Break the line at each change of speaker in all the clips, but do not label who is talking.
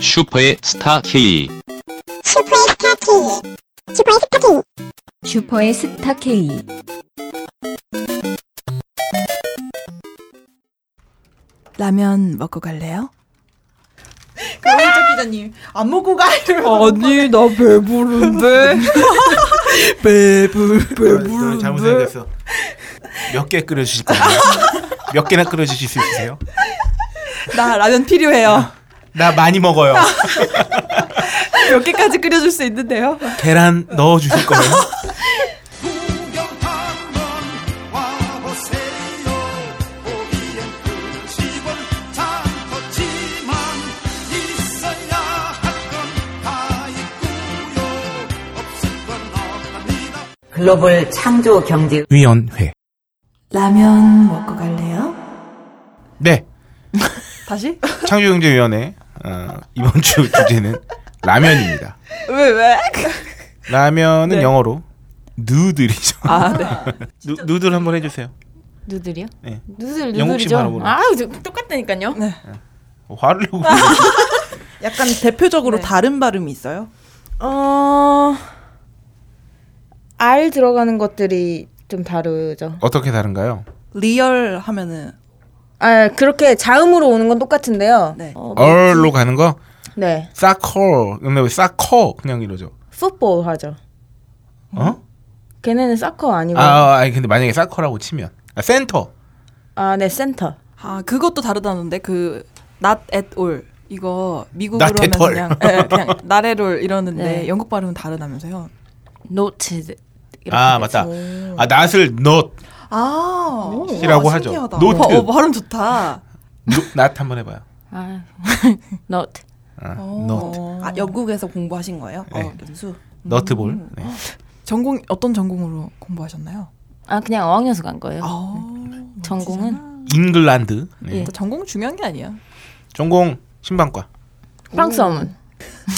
슈퍼의 스타 K.
슈퍼의 스타 K 슈퍼의 스타 K
슈퍼의 스타 K.
라면 먹고 갈래요?
강민철 기자님 안 먹고 가 이러면서
아니 나 배부른데 배불
너 네, 잘못 생각했어. 몇 개 끓여주실 거예요? 몇 개나 끓여주실 수 있으세요?
나 라면 필요해요
나 많이 먹어요.
몇 개까지 끓여줄 수 있는데요
계란 넣어주실 거예요?
글로벌 창조 경제
위원회.
라면 먹고 갈래요?
네.
다시?
창조경제위원회 어, 이번 주 주제는 라면입니다.
왜 왜?
라면은
네.
영어로 누들이죠.
아네
누, 누들 한번 해주세요.
누들이요?
네.
누들
영국식
누들이죠.
발음으로.
아, 똑같다니까요.
어, 화를 내고
약간 대표적으로
네.
다른 발음이 있어요.
어. 알 들어가는 것들이 좀 다르죠.
어떻게 다른가요?
리얼 하면은
아, 그렇게 자음으로 오는 건 똑같은데요.
네.
어, 뭐-
얼로 가는 거
네.
싸커 근데 왜 싸커 그냥 이러죠?
풋볼 하죠.
어?
걔네는 사커 아니고 아,
아 아니 근데 만약에 싸커라고 치면 아, 센터
네, 센터.
아 그것도 다르다는데 그 not at all 이거 미국으로
Not
하면
at all.
그냥 예, 그냥 not at all 이러는데
네.
영국 발음은 다르다면서요?
노트.
아 맞다 아 낫을 not이라고
아
하죠
신기하다.
노트
어, 어, 발음 좋다.
노- not 한번 해봐요
아. 노트.
아, not
음.
어.
아, 영국에서 공부하신 거예요?
네.
어, 김수.
너트볼 네.
전공 어떤 전공으로 공부하셨나요?
아, 그냥 어학연수 간 거예요.
아,
네.
전공은
잉글랜드 네.
예.
뭐 전공 중요한 게 아니야.
전공 신방과
프랑스 어문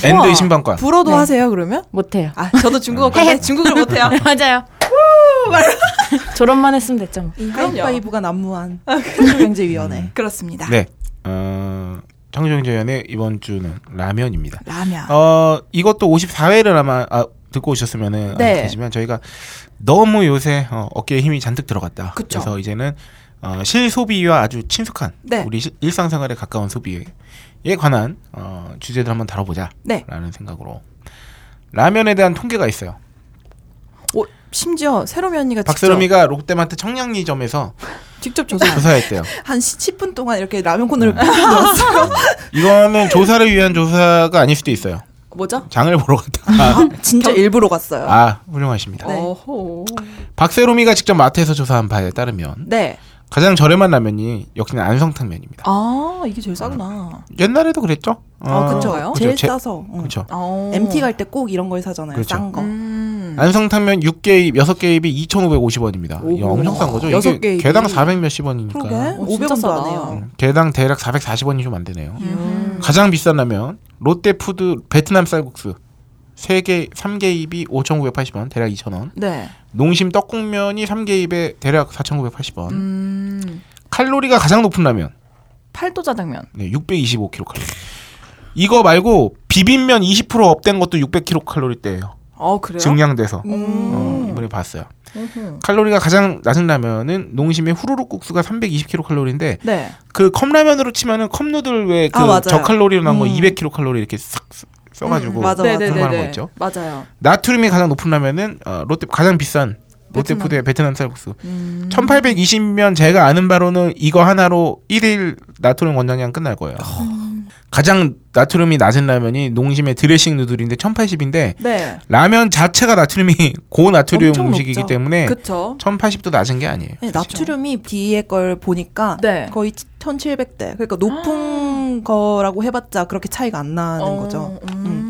엔드 신방과
불어도
네.
하세요 그러면?
못 해요.
아 저도 중국어 근데 중국어를 못해요.
맞아요. 졸업만 했으면 됐죠. 뭐.
하이파이브가 난무한 경제위원회.
아, 음, 그렇습니다.
네 어, 청정재연의 이번 주는 라면입니다
라면.
어 이것도 54회를 아마 아, 듣고 오셨으면은
네.
계시면 저희가 너무 요새 어, 어깨에 힘이 잔뜩 들어갔다.
그쵸.
래서 이제는 어, 실소비와 아주 친숙한
네.
우리 시- 일상생활에 가까운 소비에 관한 어, 주제들 한번 다뤄보자라는
네.
생각으로 라면에 대한 통계가 있어요.
아, 오, 심지어 새로미 언니가
박세롬이가 롯데마트 청량리점에서
직접 직접 조사.
조사했대요.
한 10분 동안 이렇게 라면 코너를
음.
넣었어요.
이거는 조사를 위한 조사가 아닐 수도 있어요.
뭐죠? 아,
장을 보러 갔다가
진짜 일부러 갔어요.
아 훌륭하십니다.
네.
어호.
박세롬이가 직접 마트에서 조사한 바에 따르면
네.
가장 저렴한 라면이 역시는 안성탕면입니다.
아 이게 제일 싸구나.
옛날에도 그랬죠?
아, 그쵸.
그쵸.
제일
제-
싸서. 응.
그렇죠.
어.
MT 갈 때 꼭 이런 걸 사잖아요.
그렇죠.
싼 거.
음.
안성탕면 6개입, 6개입이 2,550원입니다. 이거 엄청 싼 거죠?
여섯
이게
개입이.
개당 400 몇십 원이니까. 음,
그러게.
어, 진짜
500원도 안
싸다.
해요.
개당 대략 440원이 좀 안 되네요.
음.
가장 비싼 라면 롯데푸드 베트남 쌀국수 3개, 3개입이 5,980원, 대략 2,000원.
네.
농심 떡국면이 3개입에 대략 4,980원.
음.
칼로리가 가장 높은 라면
팔도 짜장면.
네, 625kcal. 이거 말고 비빔면 20% 업된 것도 600kcal대예요.
어 그래요?
증량돼서
음.
어, 이번에 봤어요. 칼로리가 가장 낮은 라면은 농심의 후루룩 국수가 320kcal인데
네.
그 컵라면으로 치면은 컵누들 왜 그
아, 맞아요.
저칼로리로 나온 거
음.
200kcal 이렇게 싹 쓰- 써가지고
음, 맞아, 맞아.
그런 거 하는 거 있죠.
맞아요.
나트륨이 가장 높은 라면은 어, 롯데 가장 비싼 롯데푸드의 베트남 쌀국수. 1820면 제가 아는 바로는 이거 하나로 1일 나트륨 권장량 끝날 거예요. 가장 나트륨이 낮은 라면이 농심의 드레싱 누들인데 1080인데
네.
라면 자체가 나트륨이 고나트륨
엄청
음식이기
높죠.
때문에
그쵸.
1080도 낮은 게 아니에요.
네, 나트륨이 뒤에 걸 보니까
그렇죠. 네. 아.
거의 1700대. 그러니까 높은 거라고 해봤자 그렇게 차이가 안 나는
어,
거죠.
음.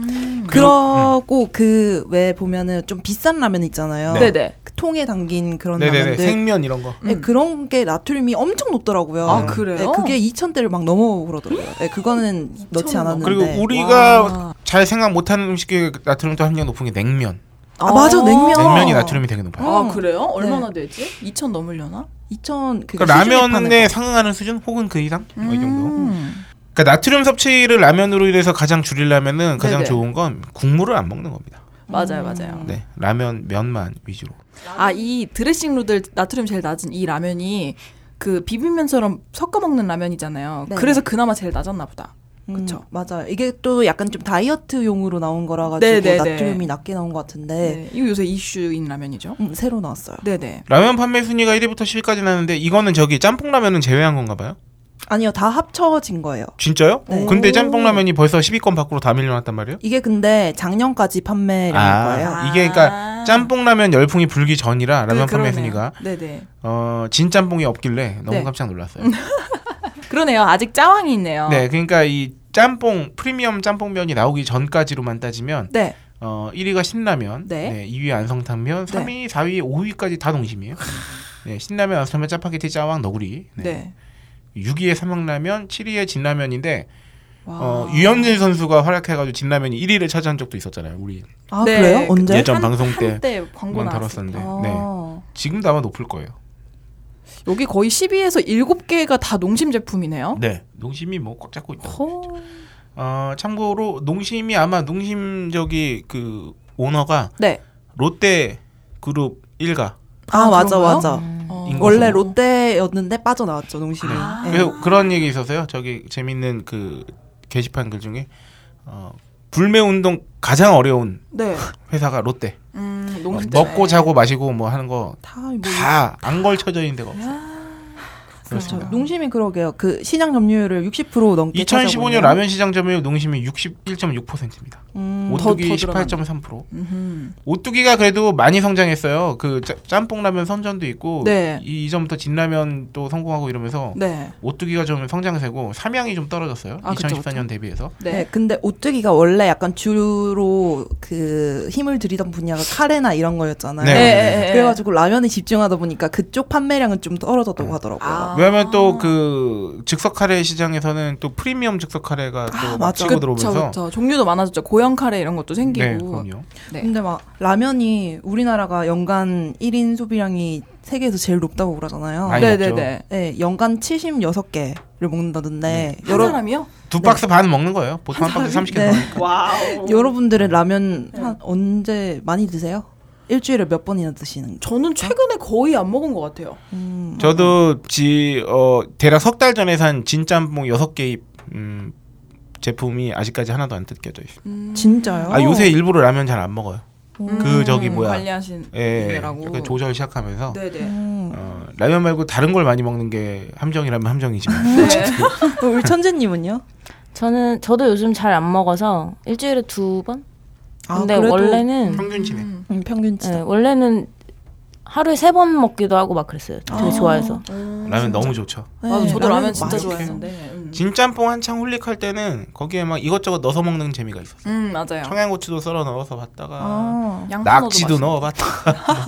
그러고 그 왜 보면은 좀 비싼 라면 있잖아요.
네.
네네.
그 통에 담긴 그런
네네네.
라면들.
생면 이런 거.
네,
음.
그런 게 나트륨이 엄청 높더라고요.
아, 그래요?
네, 그게 2000대를 막 넘어 그러더라고요. 네, 그거는 넣지
뭐.
않았는데.
그리고 우리가
와.
잘 생각 못하는 음식에 나트륨도 함량 높은 게 냉면.
아, 맞아, 냉면.
냉면이 나트륨이 되게 높아요.
아
음.
그래요?
네.
얼마나 되지? 2천 넘으려나?
2000 그게
그러니까
시중에 파는
라면에
거.
상응하는 수준 혹은 그 어, 이상 뭐 이 정도.
음.
그러니까 나트륨 섭취를 라면으로 인해서 가장 줄이려면은 가장
네네. 음.
좋은 건 국물을 안 먹는 겁니다.
맞아요, 맞아요.
네, 라면 면만 위주로.
아 이 드레싱 누들 나트륨 제일 낮은 이 라면이 그 비빔면처럼 섞어 먹는 라면이잖아요.
네.
그래서 그나마 제일 낮았나 보다. 그쵸.
음. 맞아요. 이게 또 약간 좀 다이어트용으로 나온 거라 가지고
네, 네, 네.
나트륨이 낮게 나온 것
네.
같은데
이거 요새 이슈인 라면이죠.
음, 새로 나왔어요.
네네.
라면 판매 순위가 1위부터 10위까지 나는데 이거는 저기 짬뽕 라면은 제외한 건가 봐요?
아니요, 다 합쳐진 거예요.
진짜요?
네.
근데 짬뽕 라면이 벌써 10위권 밖으로 다 밀려났단 말이에요?
이게 근데 작년까지
네,
판매량일
아.
거예요.
이게 그러니까 짬뽕 라면 열풍이 불기 전이라 라면
아. 그- 그러네요.
판매 순위가
네네.
어, 진 짬뽕이 없길래 너무
네.
깜짝 놀랐어요.
그러네요. 아직 짜왕이 있네요.
네, 그러니까 이 짬뽕 프리미엄 짬뽕면이 나오기 전까지로만 따지면
네.
어, 1위가 신라면,
네.
2위 안성탕면,
네.
3위, 4위, 5위까지 다 동심이에요. 네, 신라면, 안성탕면, 짜파게티, 짜왕, 너구리. 네.
네.
6위에 삼양라면, 7위에 진라면인데
와.
어, 유현진 선수가 활약해가지고 진라면이 1위를 차지한 적도 있었잖아요. 우리
아
네.
그래요? 언제?
예전 방송 때
한때 광고
한번
나왔을 때. 어.
다뤘었는데 네.
아.
지금도 아마 높을 거예요.
여기 거의 12에서 7개가 다 농심 제품이네요.
네, 농심이 뭐 꽉 잡고 있다.
허.
어, 참고로 농심이 아마 농심 저기 그 오너가
네.
롯데 그룹 1가
아,
아,
맞아
그런가요?
맞아.
어.
인구.
원래
음.
롯데였는데 빠져나왔죠 농심이.
아.
네.
그래서 그런 얘기 있었어요. 저기 재밌는 그 게시판 글 중에 어, 불매 운동 가장 어려운
네.
회사가 롯데.
음,
어,
농심 때문에.
먹고 자고 마시고 뭐
다
하는
뭐.
거 다 안 걸쳐져 있는 데가 없어. 요
그렇죠.
그렇습니다.
농심이 그러게요. 그 신약 점유율을 60% 넘게.
2015년
찾아보면.
라면 시장 점유율 농심이 61.6%입니다.
음,
오뚜기
더 들어간다.
18.3%.
음흠.
오뚜기가 그래도 많이 성장했어요. 그 짜- 짬뽕 라면 선전도 있고
네.
이- 이전부터 진라면 또 성공하고 이러면서
네.
오뚜기가 좀 성장세고 삼양이 좀 떨어졌어요.
아, 그쵸,
2014년 대비해서.
네.
네. 근데 오뚜기가 원래 약간 주로 그 힘을 들이던 분야가 카레나 이런 거였잖아요.
네.
예, 예, 예.
그래가지고 라면에 집중하다 보니까 그쪽 판매량은 좀
네.
떨어졌다고 하더라고요.
아.
왜냐면 또 그 즉석 카레 시장에서는 또 프리미엄 즉석 카레가 또 막
맞아.
치고
그쵸,
들어오면서
그쵸. 종류도 많아졌죠. 고형 카레 이런 것도 생기고.
네, 그럼요.
네.
근데 막 라면이 우리나라가 연간 1인 소비량이 세계에서 제일 높다고 그러잖아요.
많이
네,
먹죠.
네, 네.
네, 연간 76개를
네.
먹는다던데
한
여러
사람이요?
두 박스 반 먹는 거예요. 보통 한 박스 30개
네.
먹으니까.
와우.
음.
여러분들은 라면 한 언제 많이 드세요? 일주일에 몇 번이나 드시는? 거?
저는 최근에 거의 안 먹은 것 같아요.
음,
저도 지 어, 대략 석 달 전에 산 진짬뽕 여섯 개입 음, 제품이 아직까지 하나도 안 뜯겨져 있어요.
음.
진짜요?
아 요새 일부러 라면 잘 안 먹어요.
음.
그 저기 뭐야.
관리하신
예,
분이라고.
약간 조절 시작하면서
네네.
음.
어, 라면 말고 다른 걸 많이 먹는 게 함정이라면 함정이지만 뭐.
네.
아, 우리 천재님은요?
저는 저도 요즘 잘 안 먹어서 일주일에 두 번.
아,
근데
그래도-
원래는
평균치네.
음, 평균치.
네, 원래는 하루에 세 번 먹기도 하고 막 그랬어요. 되게
아.
좋아해서.
음,
라면 너무 좋죠.
네.
맞아, 저도 음. 라면 진짜
많이
좋아했는데. 음.
진짬뽕 한창 홀릭할 때는 거기에 막 이것저것 넣어서 먹는 재미가 있었어.
음, 맞아요.
청양고추도 썰어 넣어서 봤다가
아,
양파 넣어도
낙지도
맛있어요.
넣어봤다.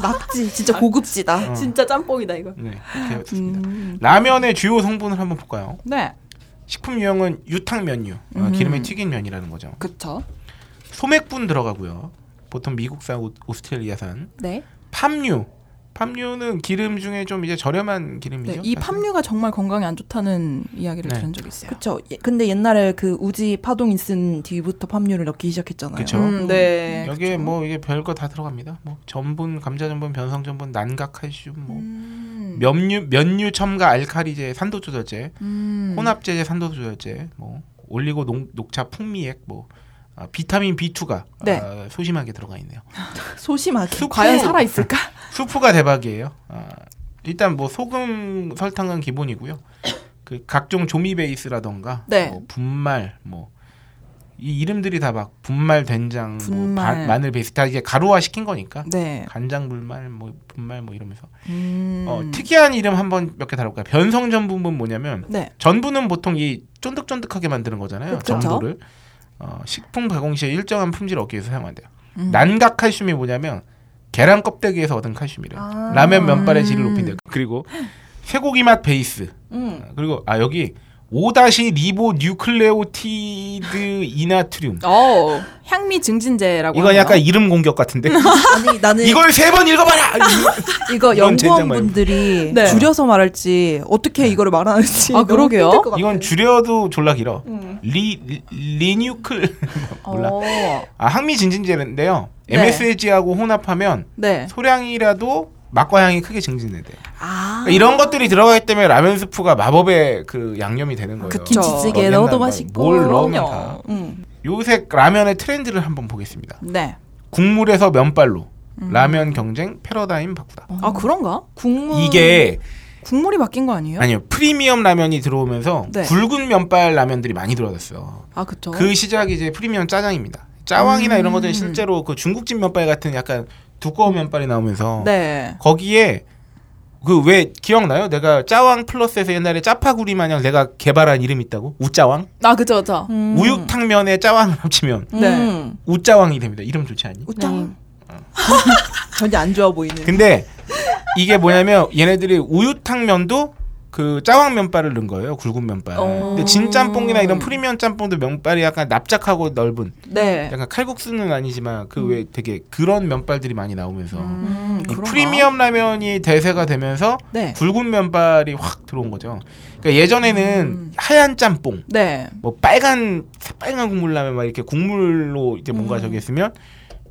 낙지
아,
진짜 고급지다.
어.
진짜 짬뽕이다 이거.
네, 그렇게 했습니다.
음.
라면의 주요 성분을 한번 볼까요?
네.
식품 유형은 유탕 면류, 아,
음.
기름에 튀긴 면이라는 거죠.
그쵸.
소맥분 들어가고요. 보통 미국산, 오- 오스트레일리아산.
네.
팜유, 팜유는 기름 중에 좀 이제 저렴한
네.
기름이죠.
이
사실.
팜유가 정말 건강에 안 좋다는 이야기를
네.
들은 적이 있어요.
그렇죠. 근데 옛날에 그 우지 파동이 쓴 뒤부터 팜유를 넣기 시작했잖아요.
그쵸.
음, 네.
여기에 뭐 이게 별거 다 들어갑니다. 뭐 전분, 감자 전분, 변성 전분, 난각 칼슘, 뭐
음.
면류, 면류 첨가 알칼리제, 산도 조절제,
음.
혼합제제, 산도 조절제, 뭐 올리고 농, 녹차 풍미액, 뭐 아, 비타민 B2가
네.
아, 소심하게 들어가 있네요.
소심하게.
과연 살아 있을까?
수프가 대박이에요. 아, 일단 뭐 소금, 설탕은 기본이고요. 그 각종 조미 베이스라던가
네.
뭐 분말 뭐 이 이름들이 다 막 분말 된장 뭐 바-
분말.
마늘 베이스 다 이게 가루화 시킨 거니까
네.
간장 분말 뭐 분말 뭐 이러면서
음.
어, 특이한 이름 한번 몇 개 다뤄볼까요? 변성 전분은 뭐냐면
네.
전분은 보통 이 쫀득쫀득하게 만드는 거잖아요.
그쵸.
전분을 어, 식품 가공 시에 일정한 품질을 얻기 위해서 사용한대요.
음.
난각 칼슘이 뭐냐면 계란 껍데기에서 얻은 칼슘이래요.
아.
라면 면발의 질을
음.
높인대요. 그리고 쇠고기 맛 베이스
음.
그리고 아 여기 5-리보 뉴클레오티드 이나트륨
어 향미 증진제라고.
이건
하네요. 네.
약간 이름 공격 같은데
아니 나는 이거,
이걸 세 번 읽어봐라 이건 젠장 네. 말고.
영구원분들이
네.
줄여서 말할지 어떻게 이거를 말하는지
아,
너무
그러게요.
힘들 것 같아요.
이건 줄여도 졸라 길어.
음.
리, 리- 리뉴클 몰라.
어,
아 항미진진제인데요.
네.
MSG하고 혼합하면
네.
소량이라도 맛과 향이 크게 증진되대. 요
아.
이런 것들이 들어가기 때문에 라면 스프가 마법의 그 양념이 되는 거예요.
아, 그쵸. 김치찌개
옛날
넣어도
말,
맛있고.
뭘 넣으면
그럼요.
다.
음.
요새 라면의 트렌드를 한번 보겠습니다.
네.
국물에서 면발로
음.
라면 경쟁 패러다임 바꾸다.
아 그런가? 어.
국물
이게
국물이 바뀐 거 아니에요?
아니요 프리미엄 라면이 들어오면서
네.
굵은 면발 라면들이 많이 들어왔어요.
아 그쵸.
그 시작이 이제 프리미엄 짜장입니다. 짜왕이나
음.
이런 것들이 실제로 그 중국집 면발 같은 약간 두꺼운 면발이 나오면서
네.
거기에 그 왜 기억나요? 내가 짜왕 플러스에서 옛날에 짜파구리 마냥 내가 개발한 이름 있다고 우짜왕
아 그쵸 그쵸.
우육탕면에 짜왕을 합치면
네.
우짜왕이 됩니다. 이름 좋지 않니?
우짱.
음.
전혀 안 좋아 보이는.
근데 이게 뭐냐면 얘네들이 우유탕면도 그 짜왕 면발을 넣은 거예요 굵은 면발.
어.
근데 진 짬뽕이나 이런 프리미엄 짬뽕도 면발이 약간 납작하고 넓은,
예.
네.
약간 칼국수는 아니지만
음.
그 외에 되게 그런 면발들이 많이 나오면서
음,
이
그런가?
프리미엄 라면이 대세가 되면서
네.
굵은 면발이 확 들어온 거죠. 그러니까 예전에는
음.
하얀 짬뽕,
네.
뭐 빨간 새빨간 국물 라면 막 이렇게 국물로 이제 뭔가
음.
저기 했으면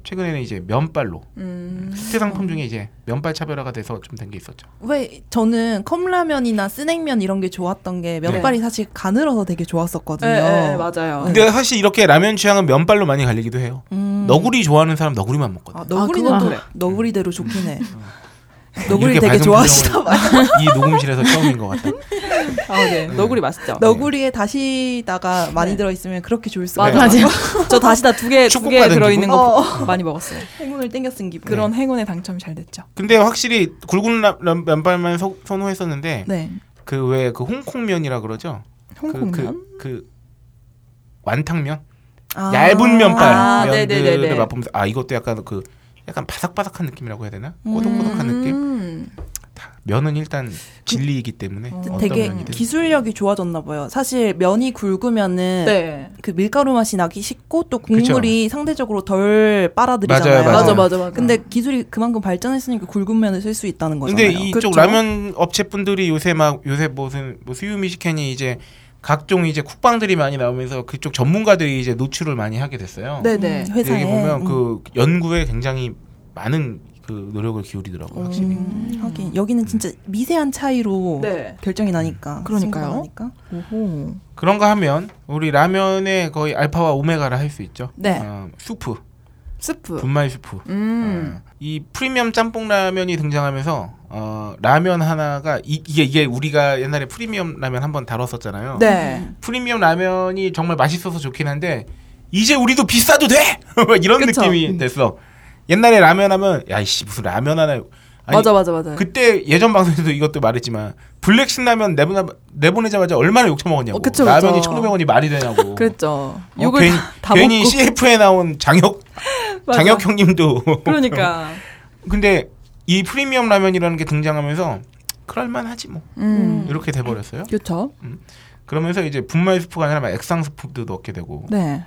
최근에는 이제 면발로
음.
스트 상품 중에 이제 면발 차별화가 돼서 좀 된 게 있었죠.
왜 저는 컵라면이나 스낵면 이런 게 좋았던 게
네.
면발이 사실 가늘어서 되게 좋았었거든요.
네, 네, 맞아요.
근데 사실 이렇게 라면 취향은 면발로 많이 갈리기도 해요.
어. 음.
너구리 좋아하는 사람 너구리만 먹거든.
아,
요
너구리는
그건
또
그래.
너구리대로 좋긴 해.
음.
아, 너구리 되게 좋아하시나 봐요.
이 녹음실에서 처음인 것 같아.
아 네. 너구리 맛있죠.
너구리에 다시다가 많이 들어있으면 그렇게 좋을 수가
맞아.
없어요.
맞아요. 저 다시다 두 개 두 개
축복받은
들어있는
기분?
거 많이 먹었어요.
행운을 땡겨 쓴 기분.
그런 행운에 당첨 잘 됐죠.
근데 확실히 굵은 라- 라- 면발만 소- 선호했었는데
네.
그 왜 그 홍콩면이라 그러죠?
홍콩면.
그, 그, 그 완탕면?
아.
얇은 면발
아,
면들을
네네네네.
맛보면서 아 이것도 약간 그 약간 바삭바삭한 느낌이라고 해야 되나?
음. 그
꼬독꼬독한 그 느낌?
음.
다 면은 일단 진리이기 때문에 어떤
되게
면이든
기술력이 좋아졌나 봐요. 사실 면이 굵으면은
네.
그 밀가루 맛이 나기 쉽고 또 국물이 상대적으로 덜 빨아들이잖아요.
맞아요.
네, 맞아 맞아 맞아.
근데 기술이 그만큼 발전했으니까 굵은 면을 쓸 수 있다는 거잖아요.
근데 이쪽 라면 업체 분들이 요새 막 요새 무슨 뭐 수유미식캔이 이제 각종 이제 쿡방들이 많이 나오면서 그쪽 전문가들이 이제 노출을 많이 하게 됐어요.
네네.
음,
근데
회사에
여기 보면
음.
그 연구에 굉장히 많은 그 노력을 기울이더라고요. 확실히.
음, 하긴 여기는 진짜 미세한 차이로
네.
결정이 나니까.
그러니까요.
승부가 나니까.
오호.
그런가 하면 우리 라면의 거의 알파와 오메가라 할 수 있죠.
네.
어, 수프,
스프.
분말 수프.
음.
어, 이 프리미엄 짬뽕 라면이 등장하면서 어, 라면 하나가 이, 이게 이게 우리가 옛날에 프리미엄 라면 한번 다뤘었잖아요.
네.
프리미엄 라면이 정말 맛있어서 좋긴 한데 이제 우리도 비싸도 돼 막 이런
그쵸.
느낌이 됐어. 옛날에 라면 하면 야이씨 무슨 라면 하나 아니, 어.
맞아 맞아 맞아.
그때 예전 방송에서도 이것도 말했지만 블랙 신라면 내보내, 내보내자마자 얼마나 욕처 먹었냐고
어, 그쵸, 그쵸.
라면이 1,500원이 말이 되냐고
그랬죠.
어,
욕을
괜히,
다, 다
괜히
먹고.
CF에 나온 장혁
맞아.
장혁 형님도
그러니까.
근데 이 프리미엄 라면이라는 게 등장하면서 그럴만하지 뭐
음.
이렇게 돼버렸어요
그렇죠.
그러면서 이제 분말 스프가 아니라 막 액상 스프도 넣게 되고
네.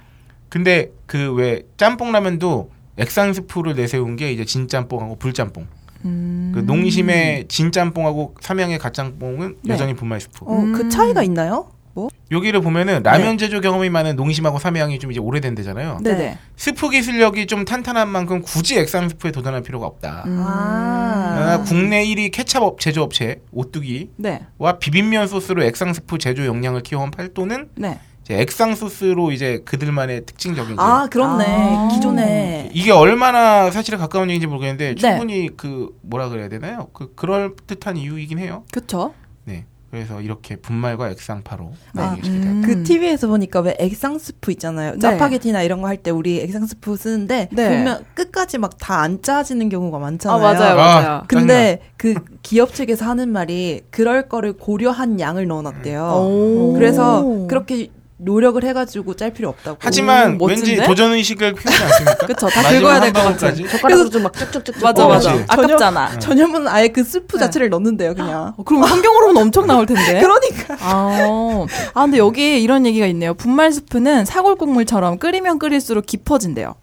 근데 그 왜 짬뽕 라면도 액상 스프를 내세운 게 이제 진짬뽕하고 불짬뽕.
음.
그 농심의 진짬뽕하고 삼양의 가짬뽕은
네.
여전히 분말 스프.
어, 그 차이가 있나요? 뭐?
여기를 보면은 라면 제조 경험이 많은 농심하고 삼양이 좀 이제 오래된 데잖아요.
네. 네네.
스프 기술력이 좀 탄탄한 만큼 굳이 액상 스프에 도전할 필요가 없다.
음.
아.
그러나 국내 1위 케찹 업 제조업체 오뚜기와
네.
비빔면 소스로 액상 스프 제조 역량을 키워온 팔도는
네.
이제 액상 소스로 이제 그들만의 특징적인 이제
아, 그렇네.
아.
기존에
이게 얼마나 사실에 가까운 얘기인지 모르겠는데
네.
충분히 그 뭐라 그래야 되나요? 그 그럴 듯한 이유이긴 해요.
그렇죠.
네. 그래서 이렇게 분말과 액상파로
네.
나뉘게 되고
그 TV에서 보니까 왜 액상 스프 있잖아요.
네.
짜파게티나 이런 거 할 때 우리 액상 스프 쓰는데
네.
보면 끝까지 막 다 안 짜지는 경우가
아
많잖아요.
맞아요 맞아요.
아.
근데 그 기업 측에서 하는 말이 그럴 거를 고려한 양을 넣어놨대요.
음. 오.
그래서 그렇게 노력을 해가지고 짤 필요 없다고.
하지만
오,
왠지
음, 멋진데?
도전 의식을 피우지
그러니까?
않습니까?
그쵸, 다
마지막
긁어야
한
될것
방울까지.
젓가락으로 좀 막 쭉쭉쭉쭉
맞아
어,
맞아.
맞지.
아깝잖아.
전염은 아예 그 스프
네.
자체를 넣는데요, 그냥.
어, 그럼 환경 호르몬 엄청 나올 텐데.
그러니까.
아, 아 근데 여기 이런 얘기가 있네요. 분말 스프는 사골 국물처럼 끓이면 끓일수록 깊어진대요.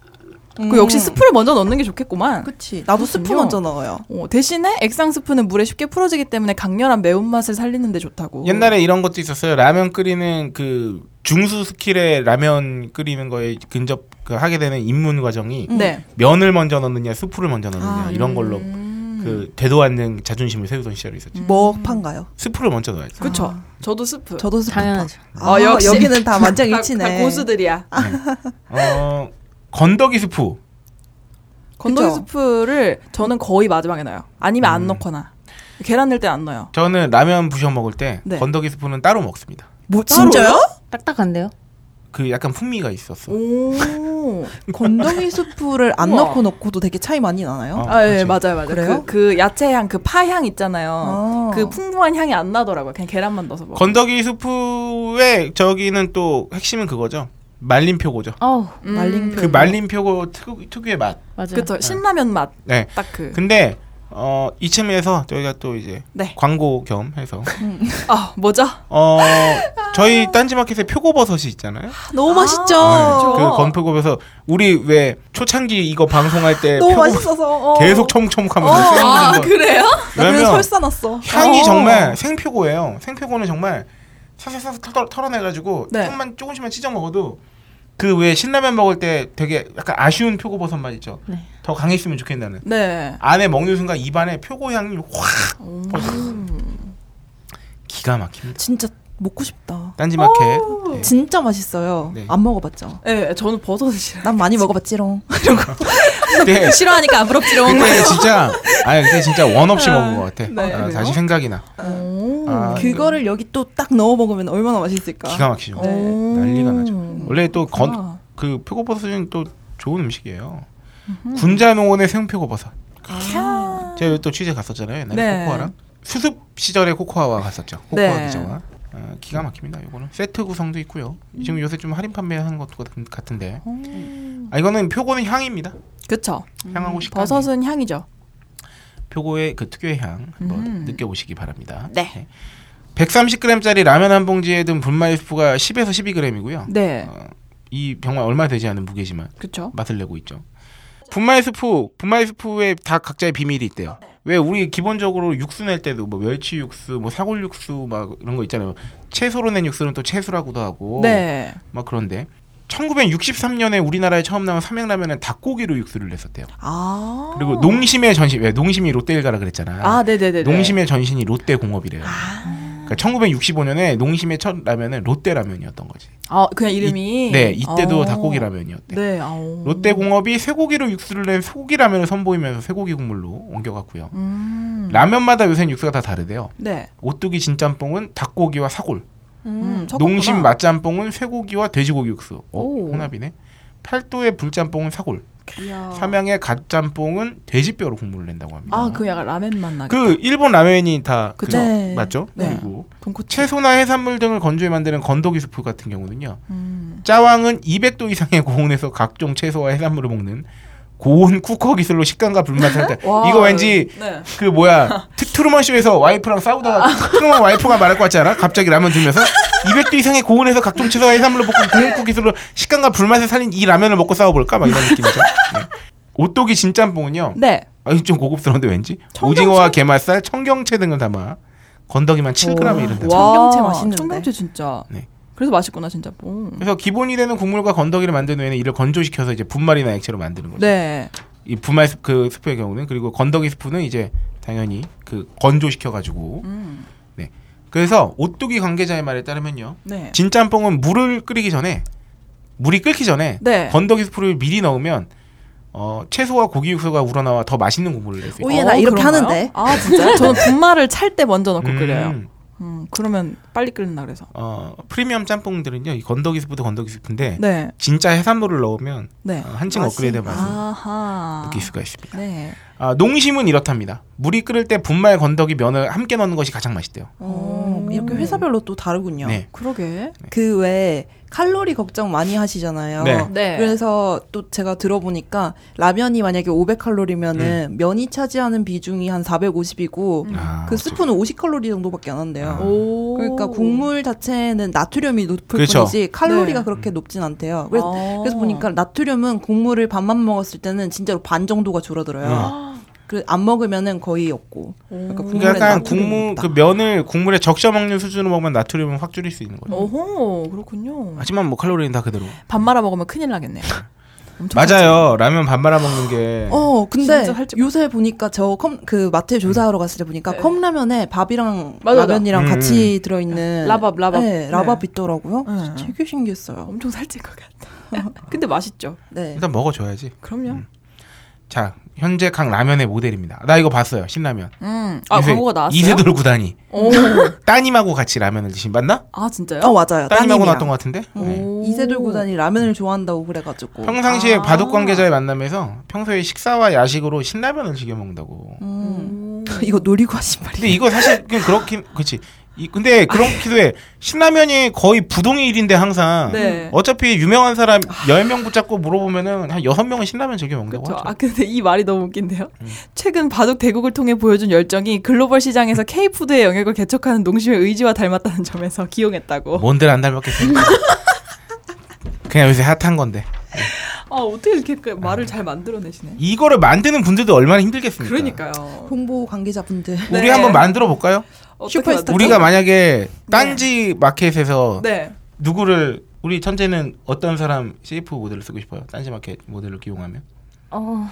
그 역시 스프를 먼저 넣는 게 좋겠구만.
음. 그치. 나도 스프
그렇군요.
먼저 넣어요.
어, 대신에 액상 스프는 물에 쉽게 풀어지기 때문에 강렬한 매운맛을 살리는데 좋다고.
옛날에 이런 것도 있었어요. 라면 끓이는 그 중수 스킬의 라면 끓이는 거에 근접 그 하게 되는 입문 과정이
네.
면을 먼저 넣느냐 수프를 먼저 넣느냐
아,
이런 걸로 그 되도 않는 자존심을 세우던 시절이 있었죠.
뭐판가요?
스프를 먼저 넣어야죠.
아, 그쵸. 저도 스프.
아. 저도 스프.
당연하죠.
아,
어, 역시.
여기는 다 완전
다-
일치네. 아,
다 고수들이야.
어 건더기 스프.
건더기
그쵸?
스프를 저는 거의 마지막에 넣어요. 아니면
음.
안 넣거나. 계란 넣을 때 안 넣어요.
저는 라면 부셔 먹을 때
네.
건더기 스프는 따로 먹습니다.
뭐 진짜요?
딱딱한데요?
그 약간 풍미가 있었어.
음.
오.
건더기 스프를 안
우와.
넣고 넣고도 되게 차이 많이 나나요?
어,
아, 예,
그치.
맞아요, 맞아요.
그래요?
그, 그 야채 향, 그 파 향 있잖아요.
아.
어.
그 풍부한 향이 안 나더라고요. 그냥 계란만 넣어서 먹어.
건더기 스프의 저기는 또 핵심은 그거죠. 말린 표고죠.
어우
음.
말린
그 말린 표고 특, 특유의 맛.
맞아요.
그쵸. 신라면 맛.
네.
딱 그.
근데 어, 이 측면에서 저희가 또 이제
네.
광고 겸 해서
아, 뭐죠?
어, 저희 딴지마켓에 표고버섯이 있잖아요.
너무 맛있죠.
아,
그 건표고버섯 우리 왜 초창기 이거 방송할 때
너무
표고
맛있어서 어.
계속 초목초목하면서 어.
아,
아,
그래요?
나 그래서
왜냐면
설사났어.
향이
어.
정말 생표고예요. 생표고는 정말 사사사 털, 털어내가지고
네.
조금만 조금씩만 찢어 먹어도 그 왜 신라면 먹을 때 되게 약간 아쉬운 표고버섯 맛 있죠.
네.
더 강했으면 좋겠다는.
네.
안에 먹는 순간 입안에 표고 향이 확 퍼져. 기가 막힙니다.
진짜 먹고 싶다.
딴지마켓 네.
진짜 맛있어요.
네.
안 먹어봤죠.
예, 네, 저는 버섯이 싫어요.
난 많이 먹어봤지롱.
그때
싫어하니까 안 부럽지롱.
그때 진짜 아니 그때 진짜 원 없이 먹은 것 같아.
네.
아, 다시 생각이 나. 아,
그거를 여기 또 딱 넣어 먹으면 얼마나 맛있을까.
기가 막히죠.
네.
음.
난리가 나죠. 원래 또 건 그
아.
표고버섯은 또 좋은 음식이에요. 군자농원의 생표고버섯.
아.
제가 여기 또 취재 갔었잖아요. 옛날에
네.
코코아랑 수습 시절에 코코아와 갔었죠. 코코아
네.
기자와. 아, 기가 막힙니다. 요거는 세트 구성도 있고요. 지금 요새 좀 할인 판매하는 것도 같은- 같은데. 아 이거는 표고는 향입니다.
어. 그쵸.
향하고 식감.
음, 버섯은 향이죠.
표고의 그 특유의 향 한번
음.
느껴보시기 바랍니다.
네.
130g짜리 라면 한 봉지에 든 분말 스프가 10에서 12g이고요.
네.
어, 이 정말 얼마 되지 않은 무게지만
그쵸.
맛을 내고 있죠. 분말 스프, 분말 스프에 다 각자의 비밀이 있대요. 왜 우리 기본적으로 육수 낼 때도 뭐 멸치 육수, 뭐 사골 육수 막 이런 거 있잖아요. 채소로 낸 육수는 또 채수라고도 하고
네.
막 그런데 1963년에 우리나라에 처음 나온 삼양라면은 닭고기로 육수를 냈었대요.
아.
그리고 농심의 전신, 왜 농심이 롯데일가라 그랬잖아.
아, 네네네. 아.
농심의 전신이 롯데공업이래요. 그러니까 1965년에 농심의 첫 라면은 롯데라면이었던 거지.
아, 그냥 이름이.
네, 이때도
어.
닭고기 라면이었대.
네. 아오.
음. 롯데공업이 쇠고기로 육수를 낸 소고기 라면을 선보이면서 쇠고기 국물로 옮겨갔고요.
음.
라면마다 요새는 육수가 다 다르대요.
네.
오뚜기 진짬뽕은 닭고기와 사골,
음, 섞었구나.
농심 맛짬뽕은 쇠고기와 돼지고기 육수. 어,
오.
혼합이네. 팔도의 불짬뽕은 사골,
이야.
삼양의 갓짬뽕은 돼지뼈로 국물을 낸다고 합니다.
아, 그 약간 라면 맛 나게.
그 일본 라면이 다 그,
그죠.
네.
맞죠?
네.
그리고
돈코츠.
채소나 해산물 등을 건조해 만드는 건더기 수프 같은 경우는요.
음.
짜왕은 200도 이상의 고온에서 각종 채소와 해산물을 먹는 고온 쿠커 기술로 식감과 불맛을 한다.
와.
이거 왠지
네.
그 뭐야 트, 트루먼 쇼에서 와이프랑 싸우다가
아.
트루먼 와이프가 말할 것 같지 않아? 갑자기 라면 들면서 200도 이상의 고온에서 각종 채소와 해산물을 볶은 고온 쿠 기술로 식감과 불맛을 살린 이 라면을 먹고 싸워볼까? 막 이런 느낌이죠. 네. 오뚜기 진짬뽕은요.
네.
아니 좀 고급스러운데 왠지 오징어와 게맛살, 청경채 등을 담아 건더기만
네.
7g에 이른다.
와,
청경채 맛있는데.
청경채 진짜.
네.
그래서 맛있구나 진짜. 오.
그래서 기본이 되는 국물과 건더기를 만든 후에는 이를 건조시켜서 이제 분말이나 액체로 만드는 거죠.
네.
이 분말 스- 그 스프의 경우는 그리고 건더기 스프는 이제 당연히 그 건조시켜 가지고
음.
네. 그래서 오뚜기 관계자의 말에 따르면요.
네.
진짬뽕은 물을 끓이기 전에 물이 끓기 전에
네.
건더기 스프를 미리 넣으면 어, 채소와 고기 육수가 우러나와 더 맛있는 국물을 낼 수 있어요.
오예, 나 이렇게
그런가요?
하는데.
아 진짜? 저는 분말을 찰 때 먼저 넣고 끓여요.
음,
음, 그러면 빨리 끓는다 그래서.
어, 프리미엄 짬뽕들은요. 이 건더기 스프도 건더기 스프인데
네.
진짜 해산물을 넣으면
네.
어, 한층 업그레이드 맛을
아하.
느낄 수가 있습니다.
네.
아, 농심은 이렇답니다. 물이 끓을 때 분말 건더기 면을 함께 넣는 것이 가장 맛있대요.
어, 이렇게 회사별로 또 다르군요.
네.
그러게.
그 외에 칼로리 걱정 많이 하시잖아요.
네.
네.
그래서 또 제가 들어보니까 라면이 만약에 500칼로리면은 면이 차지하는 비중이 한
음.
450이고
네. 아,
그 스프는 50칼로리 정도밖에 안 한대요.
오.
그러니까 국물 자체는 나트륨이 높을
그렇죠.
뿐이지 칼로리가
네.
그렇게 높진 않대요. 그래서,
아.
네.
그래서 보니까 나트륨은 국물을 반만 먹었을 때는 진짜로 반 정도가 줄어들어요. 그 안 먹으면은 거의 없고. 그러니까,
음. 그러니까
국물에
약간
나트륨이
국물
없다.
그 면을 국물에 적셔 먹는 수준으로 먹으면 나트륨은 확 줄일 수 있는 거죠.
어허 그렇군요.
하지만 뭐 칼로리는 다 그대로.
밥 말아 먹으면 큰일 나겠네요. 엄청
맞아요. 라면 밥 말아 먹는 게
어, 근데
진짜 살짝-
요새 보니까 저 컵 그 마트에 조사하러 갔을 때 보니까 컵라면에 밥이랑
네. 맞아, 맞아.
라면이랑
음.
같이 들어있는
라밥, 라밥.
네, 라밥 있더라고요.
네.
되게 신기했어요.
엄청 살찔 것 같다. 근데 맛있죠.
네.
일단 먹어줘야지.
그럼요.
음. 자 현재 강 라면의 모델입니다. 나 이거 봤어요. 신라면.
음. 아
요새
광고가 나왔어요.
이세돌 구단이
오.
따님하고 같이 라면을 드신 맞나?
아 진짜요?
어 맞아요. 따님이랑.
따님하고 나왔던 것 같은데. 네.
오.
이세돌 구단이 라면을 좋아한다고 그래가지고.
평상시에
아.
바둑 관계자의 만남에서 평소에 식사와 야식으로 신라면을 즐겨 먹는다고.
음. 이거 노리고 하신 말이.
근데 이거 사실 그냥 그렇긴 그렇지. 이- 근데 그렇기도 해. 신라면이 거의 부동의 일인데 항상
네.
아, 어차피 유명한 사람 10명 붙잡고 물어보면은 한 6명은 신라면 즐겨 먹는다고
그렇죠. 아
하죠. 음.
근데 이 말이 너무 웃긴데요. 최근 바둑 대국을 통해 보여준 열정이 글로벌 시장에서 K 푸드의 영역을 개척하는 농심의 의지와 닮았다는 점에서 기용했다고.
뭔들 안 닮았겠어요. 그냥 요새 핫한 건데.
아 어떻게 이렇게 그 말을 잘 만들어내시네.
이거를 만드는 분들도 얼마나 힘들겠습니까?
그러니까요.
홍보 관계자분들.
우리
네.
한번 만들어 볼까요?
어떻게
슈퍼스타
만들-
우리가 만약에 딴지 마켓에서
네.
누구를 우리 천재는 어떤 사람 CF 모델을 쓰고 싶어요? 딴지 마켓 모델을 기용하면?
어,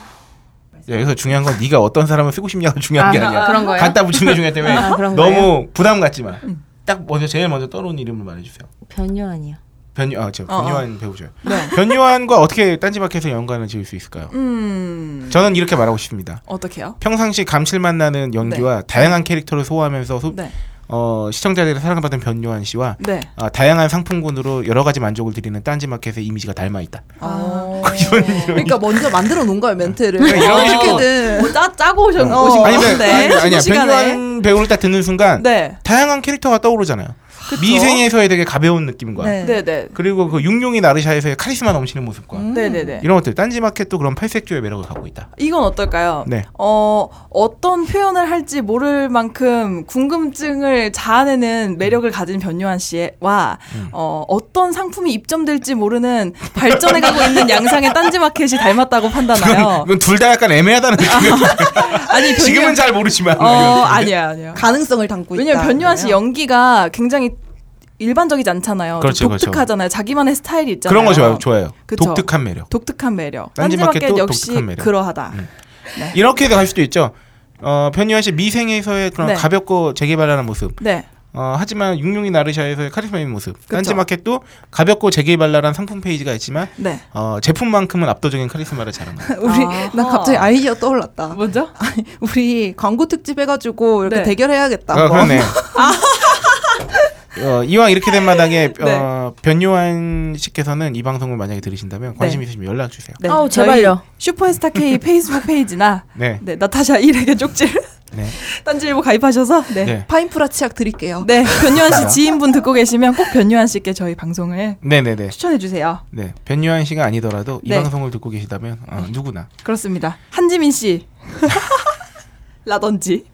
야, 여기서 중요한 건 네가 어떤 사람을 쓰고 싶냐가 중요한 게
아,
아니야.
그런 거예요?
갖다 붙이는 게 중요하기 때문에
아, 그런 거예요?
너무 부담 갖지만 딱 먼저 제일 먼저 떠오르는 이름을 말해주세요.
변요한이요.
변유 아저
어,
변유한 배우죠. 변유한과 어떻게 딴지마켓에서 연관을 지을 수 있을까요?
음.
저는 이렇게 말하고 싶습니다.
어떻게요?
평상시 감칠맛 나는 연기와 다양한 캐릭터를 소화하면서 소,
네.
어, 시청자들의 사랑받은 변요한 씨와
네.
아, 다양한 상품군으로 여러 가지 만족을 드리는 딴지마켓의 이미지가 닮아 있다.
어.
아.
그러니까 먼저 만들어 놓은 거예요 멘트를.
그러니까 이런 식으로-
어떻게든.
뭐 짜, 짜고 오신
어.
오신
아니, 네.
건데.
아니, 아니야.
네. 그 시간에.
변요한 배우를 딱 듣는 순간
네.
다양한 캐릭터가 떠오르잖아요. 미생에서의 되게 가벼운 느낌인 거야.
네.
네, 네.
그리고 그 육룡이 나르샤에서의 카리스마 넘치는 모습과
음?
네, 네, 네.
이런 것들 딴지마켓도 그런 팔색조의 매력을 갖고 있다.
이건 어떨까요?
네.
어, 어떤 표현을 할지 모를 만큼 궁금증을 자아내는
음.
매력을 가진 변요한 씨와 어, 어떤 상품이 입점될지 모르는 발전해가고 있는 양상의 딴지마켓이 닮았다고 판단하여
이건 둘 다 약간 애매하다는 느낌이
아, 아니 변요한
지금은 잘 모르지만 네.
어, 아니야 아니야
가능성을 담고 있다.
왜냐면 변요한 씨 연기가 굉장히 일반적이지 않잖아요. 좀
그렇죠, 그렇죠.
독특하잖아요. 자기만의 스타일이 있잖아요.
그런 거 좋아요. 좋아요.
그쵸.
독특한 매력.
독특한 매력.
딴지마켓도
딴지마켓 역시
독특한 매력. 음.
그러하다. 네.
이렇게 해서 갈 수도 있죠. 어, 변유한 씨 미생에서의 그런
네.
가볍고 재개발하는 모습.
네.
어, 하지만 육룡이 나르샤에서의 카리스마 있는 모습.
그쵸.
딴지마켓도 가볍고 재개발랄한 상품 페이지가 있지만
네.
어, 제품만큼은 압도적인 카리스마를 자랑한다.
우리 나 갑자기 아이디어 떠올랐다.
먼저?
우리 광고 특집 해가지고 이렇게
네.
대결해야겠다.
아,
한번.
그러네. 어, 이왕 이렇게 된 마당에
네.
어, 변요한 씨께서는 이 방송을 만약에 들으신다면 관심
네.
있으시면 연락 주세요.
네.
아우, 제발요.
저희 슈퍼스타 K 페이스북 페이지나
네.
네, 나타샤 일에게 쪽지를
네.
딴지일보 가입하셔서 네. 네.
네. 아.
파인프라 치약 드릴게요.
변유한 씨 지인분 듣고 계시면 꼭 변유한 씨께 저희 방송을
네, 네, 네.
추천해 주세요.
네. 변요한 씨가 아니더라도 이
네.
방송을 듣고 계시다면 어, 누구나
그렇습니다. 한지민 씨 라든지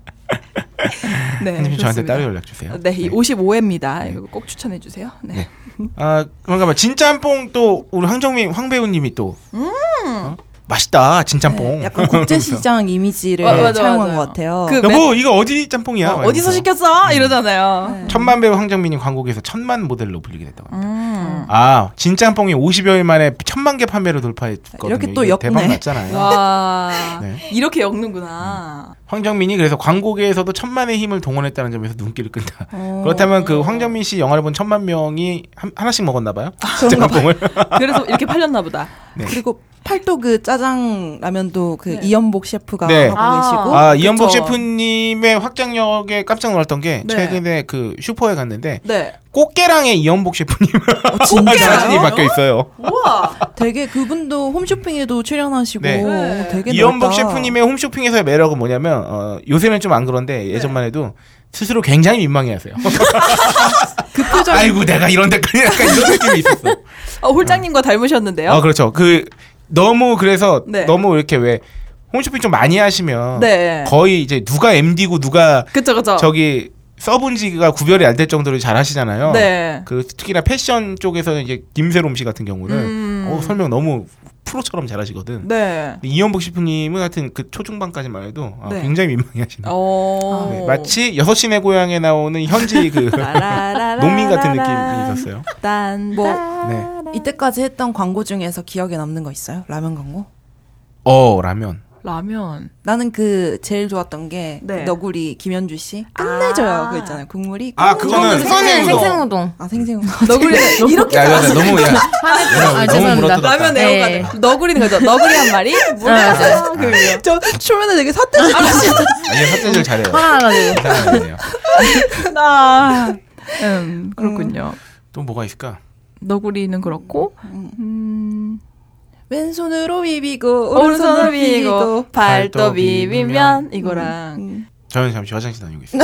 네,
한님 저한테
그렇습니다.
따로 연락 주세요.
네, 이 55회입니다. 이거 꼭 추천해 주세요. 네.
네. 아, 그런가 봐. 진짬뽕 또 우리 황정민 황 배우님이 또
음.
어? 맛있다.
네,
진짬뽕.
약간 국제시장 이미지를
어, 맞아, 맞아,
사용한
맞아요.
것 같아요.
그
여보, 뭐 이거 어디 짬뽕이야? 음.
어, 디서
이러면서.
시켰어?
네.
이러잖아요.
천만 배우 황정민이 광고에서 천만 모델로 불리게 됐다고 합니다.
음.
아 진짬뽕이 50여일 만에 천만 개 판매를 돌파했거든요.
이렇게 또
이게
엿보네.
대박 났잖아요.
와.
네.
이렇게 엮는구나.
황정민이 그래서 광고계에서도 천만의 힘을 동원했다는 점에서 눈길을 끈다. 그렇다면 그 황정민 씨 영화를 본 천만 명이 한, 하나씩 먹었나 봐요. 진짬뽕을.
그래서 이렇게 팔렸나 보다.
네.
그리고 팔도 그 짜장 라면도 그 이연복 셰프가
네.
하고
아.
계시고
아 이연복
그쵸.
셰프님의 확장력에 깜짝 놀랐던 게
네.
최근에 그 슈퍼에 갔는데
네.
꽃게랑의 이연복 셰프님 아, 사진이 바뀌어 있어요.
우와.
되게 그분도 홈쇼핑에도 출연하시고
네.
어, 되게
이연복
넓다.
셰프님의 홈쇼핑에서의 매력은 뭐냐면 어, 요새는 좀 안 그런데 예전만 해도 스스로 굉장히 민망해하세요.
그 표정.
아이고 내가 이런 데까지 약간 이런 느낌이 있었어.
어, 홀장님과 닮으셨는데요.
아 그렇죠. 그 너무 그래서
네.
너무 이렇게 왜 홈쇼핑 좀 많이 하시면
네. 어.
거의 이제 누가 MD고 누가
그쵸, 그쵸.
저기 서브인지가 구별이 안 될 정도로 잘 하시잖아요.
네.
그 특히나 패션 쪽에서는 이제 김세롬 씨 같은 경우는
음.
어, 설명 너무 프로처럼 잘하시거든.
네.
근데 이현복 셰프님은 하여튼 그 초중반까지만 해도 아,
네.
굉장히 민망해 하시는.
어.
네, 마치 여섯 시내 고향에 나오는 현지 그 농민 같은 느낌이 있었어요.
딴.
뭐
네.
이때까지 했던 광고 중에서 기억에 남는 거 있어요? 라면 광고?
어 라면.
라면.
나는 그 제일 좋았던 게그
네.
너구리 김현주 씨 끝내줘요
아.
그 있잖아요 국물이
아
그거는 어,
그거는
생생-
생생우동.
생생우동.
아 생생
너구리 이렇게
야, 야, 야, 너무 야, 야,
아,
너무
죄송합니다.
물어뜯었다.
라면
네.
애호가 너구리는 거죠. 너구리 한 마리. 물어서 그요
저 초면에 되게 사태지
아니 핫대질 잘해요.
화나가지고.
이상하네요.
나. 음 그렇군요.
또 뭐가 있을까?
너구리는 그렇고. 음.
왼손으로 비비고
오른손으로 비비고 발도
발도
비비면 이거랑
저는 잠시 화장실 다니고 있어요.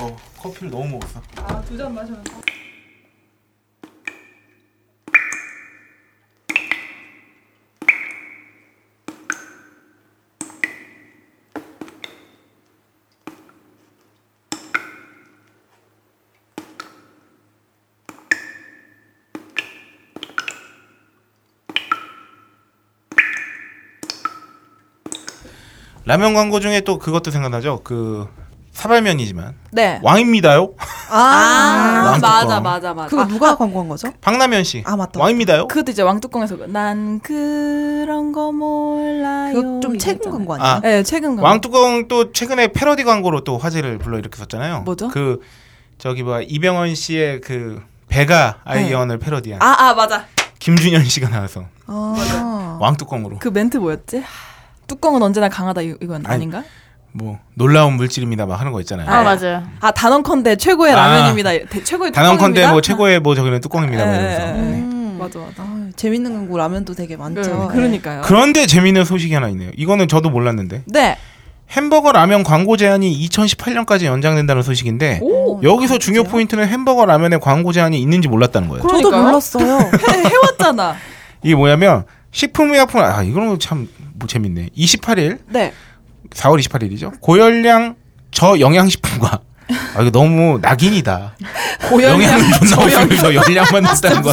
어, 커피를 너무 먹었어. 라면 광고 중에 또 그것도 생각나죠. 그 사발면이지만
네.
왕입니다요.
아,
왕뚜껑.
맞아 맞아 맞아.
그거
아,
누가 광고한 거죠?
박라면 씨.
아, 맞다.
왕입니다요.
그것도 이제 왕뚜껑에서 그, 난 그런 거 몰라요.
그거 좀 최근
이거잖아요.
광고 아니야?
아.
네, 최근 광고.
왕뚜껑 또 최근에 패러디 광고로 또 화제를 불러일으켰었잖아요.
뭐죠?
그 저기 뭐 이병헌 씨의 그 배가 아이언을 패러디한
아, 아, 맞아.
김준현 씨가 나와서
아.
왕뚜껑으로
그 멘트 뭐였지? 하, 뚜껑은 언제나 강하다 이- 이건
아니.
아닌가?
뭐 놀라운 물질입니다 막 하는 거 있잖아요.
아, 맞아요.
아, 단언컨대 최고의
아.
라면입니다. 대- 최고의
단언컨대
뚜껑입니다?
뭐 최고의 뭐 저기는 뚜껑입니다. 막
예,
이러면서.
예,
네.
음.
맞아 맞아.
아, 재밌는 광고 라면도 되게 많죠. 네.
그, 러니까요
네. 그런데 재미있는 소식이 하나 있네요. 이거는 저도 몰랐는데
네.
햄버거 라면 광고 제한이 2018년까지 연장된다는 소식인데
오.
여기서 중요 포인트는 햄버거 라면에 광고 제한이 있는지 몰랐다는 거예요.
저도
그러니까요.
몰랐어요.
해, 해왔잖아.
이게 뭐냐면 식품의약품 아 이거는 참 뭐 재밌네. 28일
네.
4월 28일이죠. 고열량 저영양 식품과 아 이거 너무 낙인이다. 영양이 존나 없으면서 열량만 넣었다는 거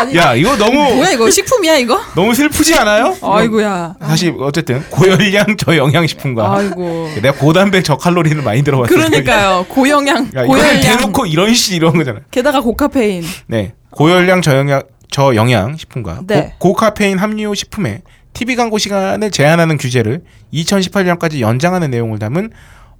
아니야? 야 이거 너무
뭐야 이거 식품이야 이거?
너무 슬프지 않아요?
아이고야.
사실 어쨌든 고열량 저영양 식품과
아이고.
내가 고단백 저칼로리를 많이 들어봤어.
그러니까요. 고영양.
야, 이걸
고열량.
대놓고 이런 씨 이런 거잖아.
게다가 고카페인.
네. 고열량 저영양 저영양 식품과
네.
고, 카페인 함유 식품에 TV 광고 시간을 제한하는 규제를 2018년까지 연장하는 내용을 담은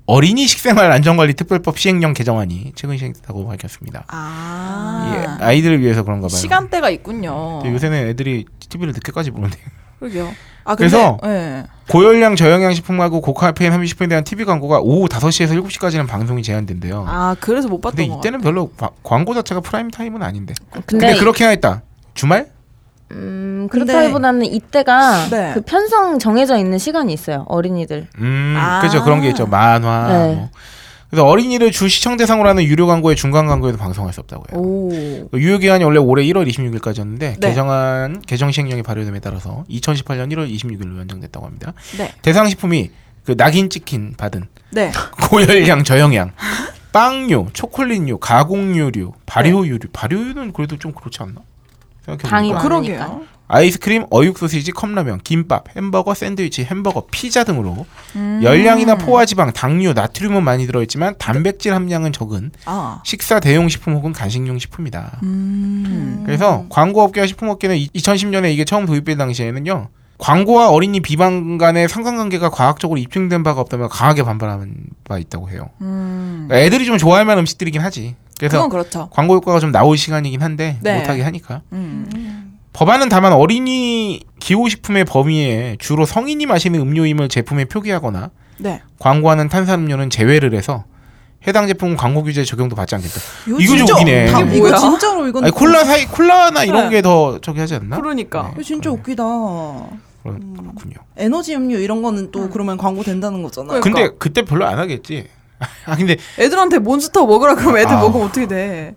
어린이 식생활 안전관리 특별법 시행령 개정안이 최근 시행됐다고 밝혔습니다.
아.
예, 아이들을 위해서 그런가 봐요.
시간대가 있군요.
근데 요새는 애들이 TV를 늦게까지 보는데
그러게요. 아,
그래서-
예.
고열량 저영양 식품하고 고카페인 함유 식품에 대한 TV 광고가 오후 5시에서 7시까지는 방송이 제한된대요.
아, 그래서 못
근데
봤던 거 같아요.
이때는 별로 과- 광고 자체가 프라임 타임은 아닌데.
네.
근데,
근데,
그렇게 하나 있다. 주말?
음,
근데-
그렇다기보다는 이때가
네.
그 편성 정해져 있는 시간이 있어요. 어린이들.
음,
아.
그렇죠. 그런 게 있죠. 만화.
네.
뭐. 그래서 어린이를 주 시청 대상으로 하는 유료 광고의 중간 광고에도 방송할 수 없다고 해요.
오.
유효 기한이 원래 올해 1월 26일까지였는데
네.
개정안 개정 시행령이 발효됨에 따라서 2018년 1월 26일로 연장됐다고 합니다.
네.
대상 식품이 그 낙인 찍힌 받은
네.
고열량 저영양 빵류, 초콜릿류, 가공유류, 발효유류. 발효유는 그래도 좀 그렇지 않나? 생각해보니까.
당이 많아.
그러게요.
아이스크림, 어육 소시지, 컵라면, 김밥, 햄버거, 샌드위치, 햄버거, 피자 등으로
음.
열량이나 포화 지방, 당류, 나트륨은 많이 들어있지만 단백질 함량은 적은
아.
식사 대용 식품 혹은 간식용 식품이다.
음.
그래서 광고업계와 식품업계는 2010년에 이게 처음 도입될 당시에는요. 광고와 어린이 비방 간의 상관관계가 과학적으로 입증된 바가 없다며 강하게 반발한 바 있다고 해요.
음.
그러니까 애들이 좀 좋아할 만한 음식들이긴 하지. 그래서
그건 그렇죠.
광고 효과가 좀 나올 시간이긴 한데
네.
못하게 하니까.
음.
법안은 다만 어린이 기호식품의 범위에 주로 성인이 마시는 음료임을 제품에 표기하거나
네.
광고하는 탄산음료는 제외를 해서 해당 제품 광고 규제 적용도 받지 않겠다.
이거
이거 좀
진짜-
웃기네.
다-
이게
이거
뭐야? 뭐
진짜로 이건
아니, 콜라 사이 콜라나 이런
네.
게 더 저기 하지 않나?
그러니까.
이거 진짜 웃기다.
그렇, 군요
에너지 음료 이런 거는 또 그러면 광고 된다는 거잖아요.
그러니까.
근데 그때 별로 안 하겠지. 아 근데
애들한테 몬스터 먹으라 그러면 애들
아.
먹으면 어떻게 돼?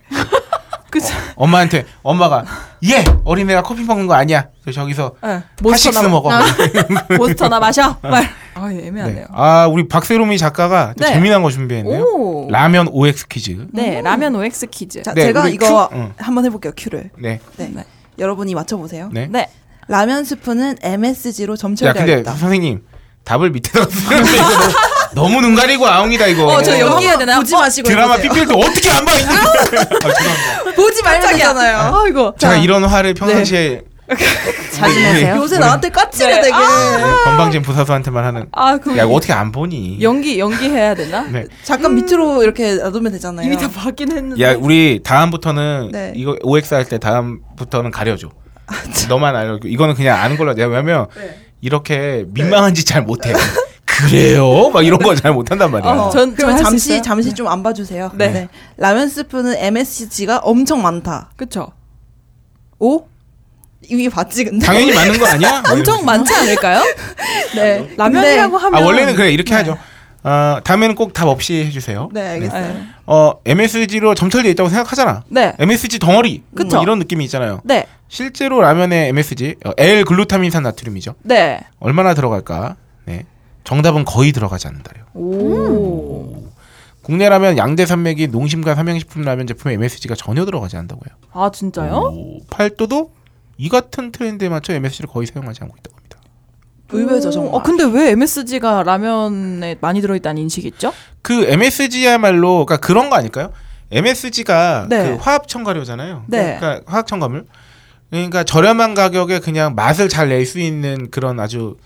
그쵸?
엄마한테 엄마가 예 어린애가 커피 먹는 거 아니야. 저- 저기서
예.
어. 파식스
마-
먹어. 어.
몬스터나 마셔. 말. 아, 애매하네요.
네. 아 우리 박세롬이 작가가 또
네.
재미난 거 준비했네요.
오.
라면 OX 퀴즈.
네, 라면 OX 퀴즈.
자,
네,
제가
우리
이거
큐- 응.
한번 해볼게요. 큐를.
네.
네.
네.
여러분이 맞춰보세요.
네.
네.
라면 스프는 MSG로
야 근데
점철되어있다.
선생님 답을 밑에다 쓰는데 이거 너무, 너무 눈 가리고 아웅이다 이거.
어, 저 연기 해야 되나요?
보지 마시고
드라마
읽으세요.
삐필 때 어떻게 안 봐? 아, 죄송합니다.
보지 말면 되잖아요.
아, 이거.
제가 이런 화를 평상시에
자주
네.
내세요.
요새 나한테 까칠해
네.
되게.
건방진 부사수한테만 하는.
아, 그럼
야 이거 어떻게 안 보니?
연기 연기 해야 되나?
네.
잠깐 밑으로 이렇게 놔두면
음.
되잖아요.
이미 다 봤긴 했는데.
야 우리 다음부터는
네.
이거 OX 할 때 다음부터는 가려줘.
아,
너만 알려. 이거는 그냥 아는 걸로 내가 왜냐면
네.
이렇게 민망한지 잘 못해. 그래요? 막 이런 거 잘 못한단 말이야.
어, 전-
전, 그럼
할수
잠시
있어요?
잠시 좀 안 봐주세요.
네.
라면 스프는 MSG가 엄청 많다.
그쵸.
오? 이게 봤지 근데.
당연히 맞는 거 아니야? 뭐
엄청 많지 않을까요?
네.
라면이라고 하면 네.
아 원래는 그래 이렇게 하죠. 어, 다음에는 꼭 답 없이 해주세요.
네, 알겠어요.
네.
어 MSG로 점철돼 있다고 생각하잖아.
네.
MSG 덩어리
그쵸.
뭐 이런 느낌이 있잖아요.
네.
실제로 라면에 MSG 어, L글루타민산 나트륨이죠.
네.
얼마나 들어갈까? 네. 정답은 거의 들어가지 않는다요.
오.
국내 라면 양대 산맥이 농심과 삼양식품 라면 제품에 MSG가 전혀 들어가지 않는다고요.
아, 진짜요?
오, 팔도도 이 같은 트렌드에 맞춰 MSG를 거의 사용하지 않고 있다고 합니다.
의외죠 정말.
어, 근데 왜 MSG가 라면에 많이 들어있다는 인식이 있죠?
그 MSG야말로 그러니까 그런 거 아닐까요? MSG가
네.
그 화학 첨가료잖아요.
네.
그러니까 화학 첨가물. 그러니까 저렴한 가격에 그냥 맛을 잘 낼 수 있는 그런 아주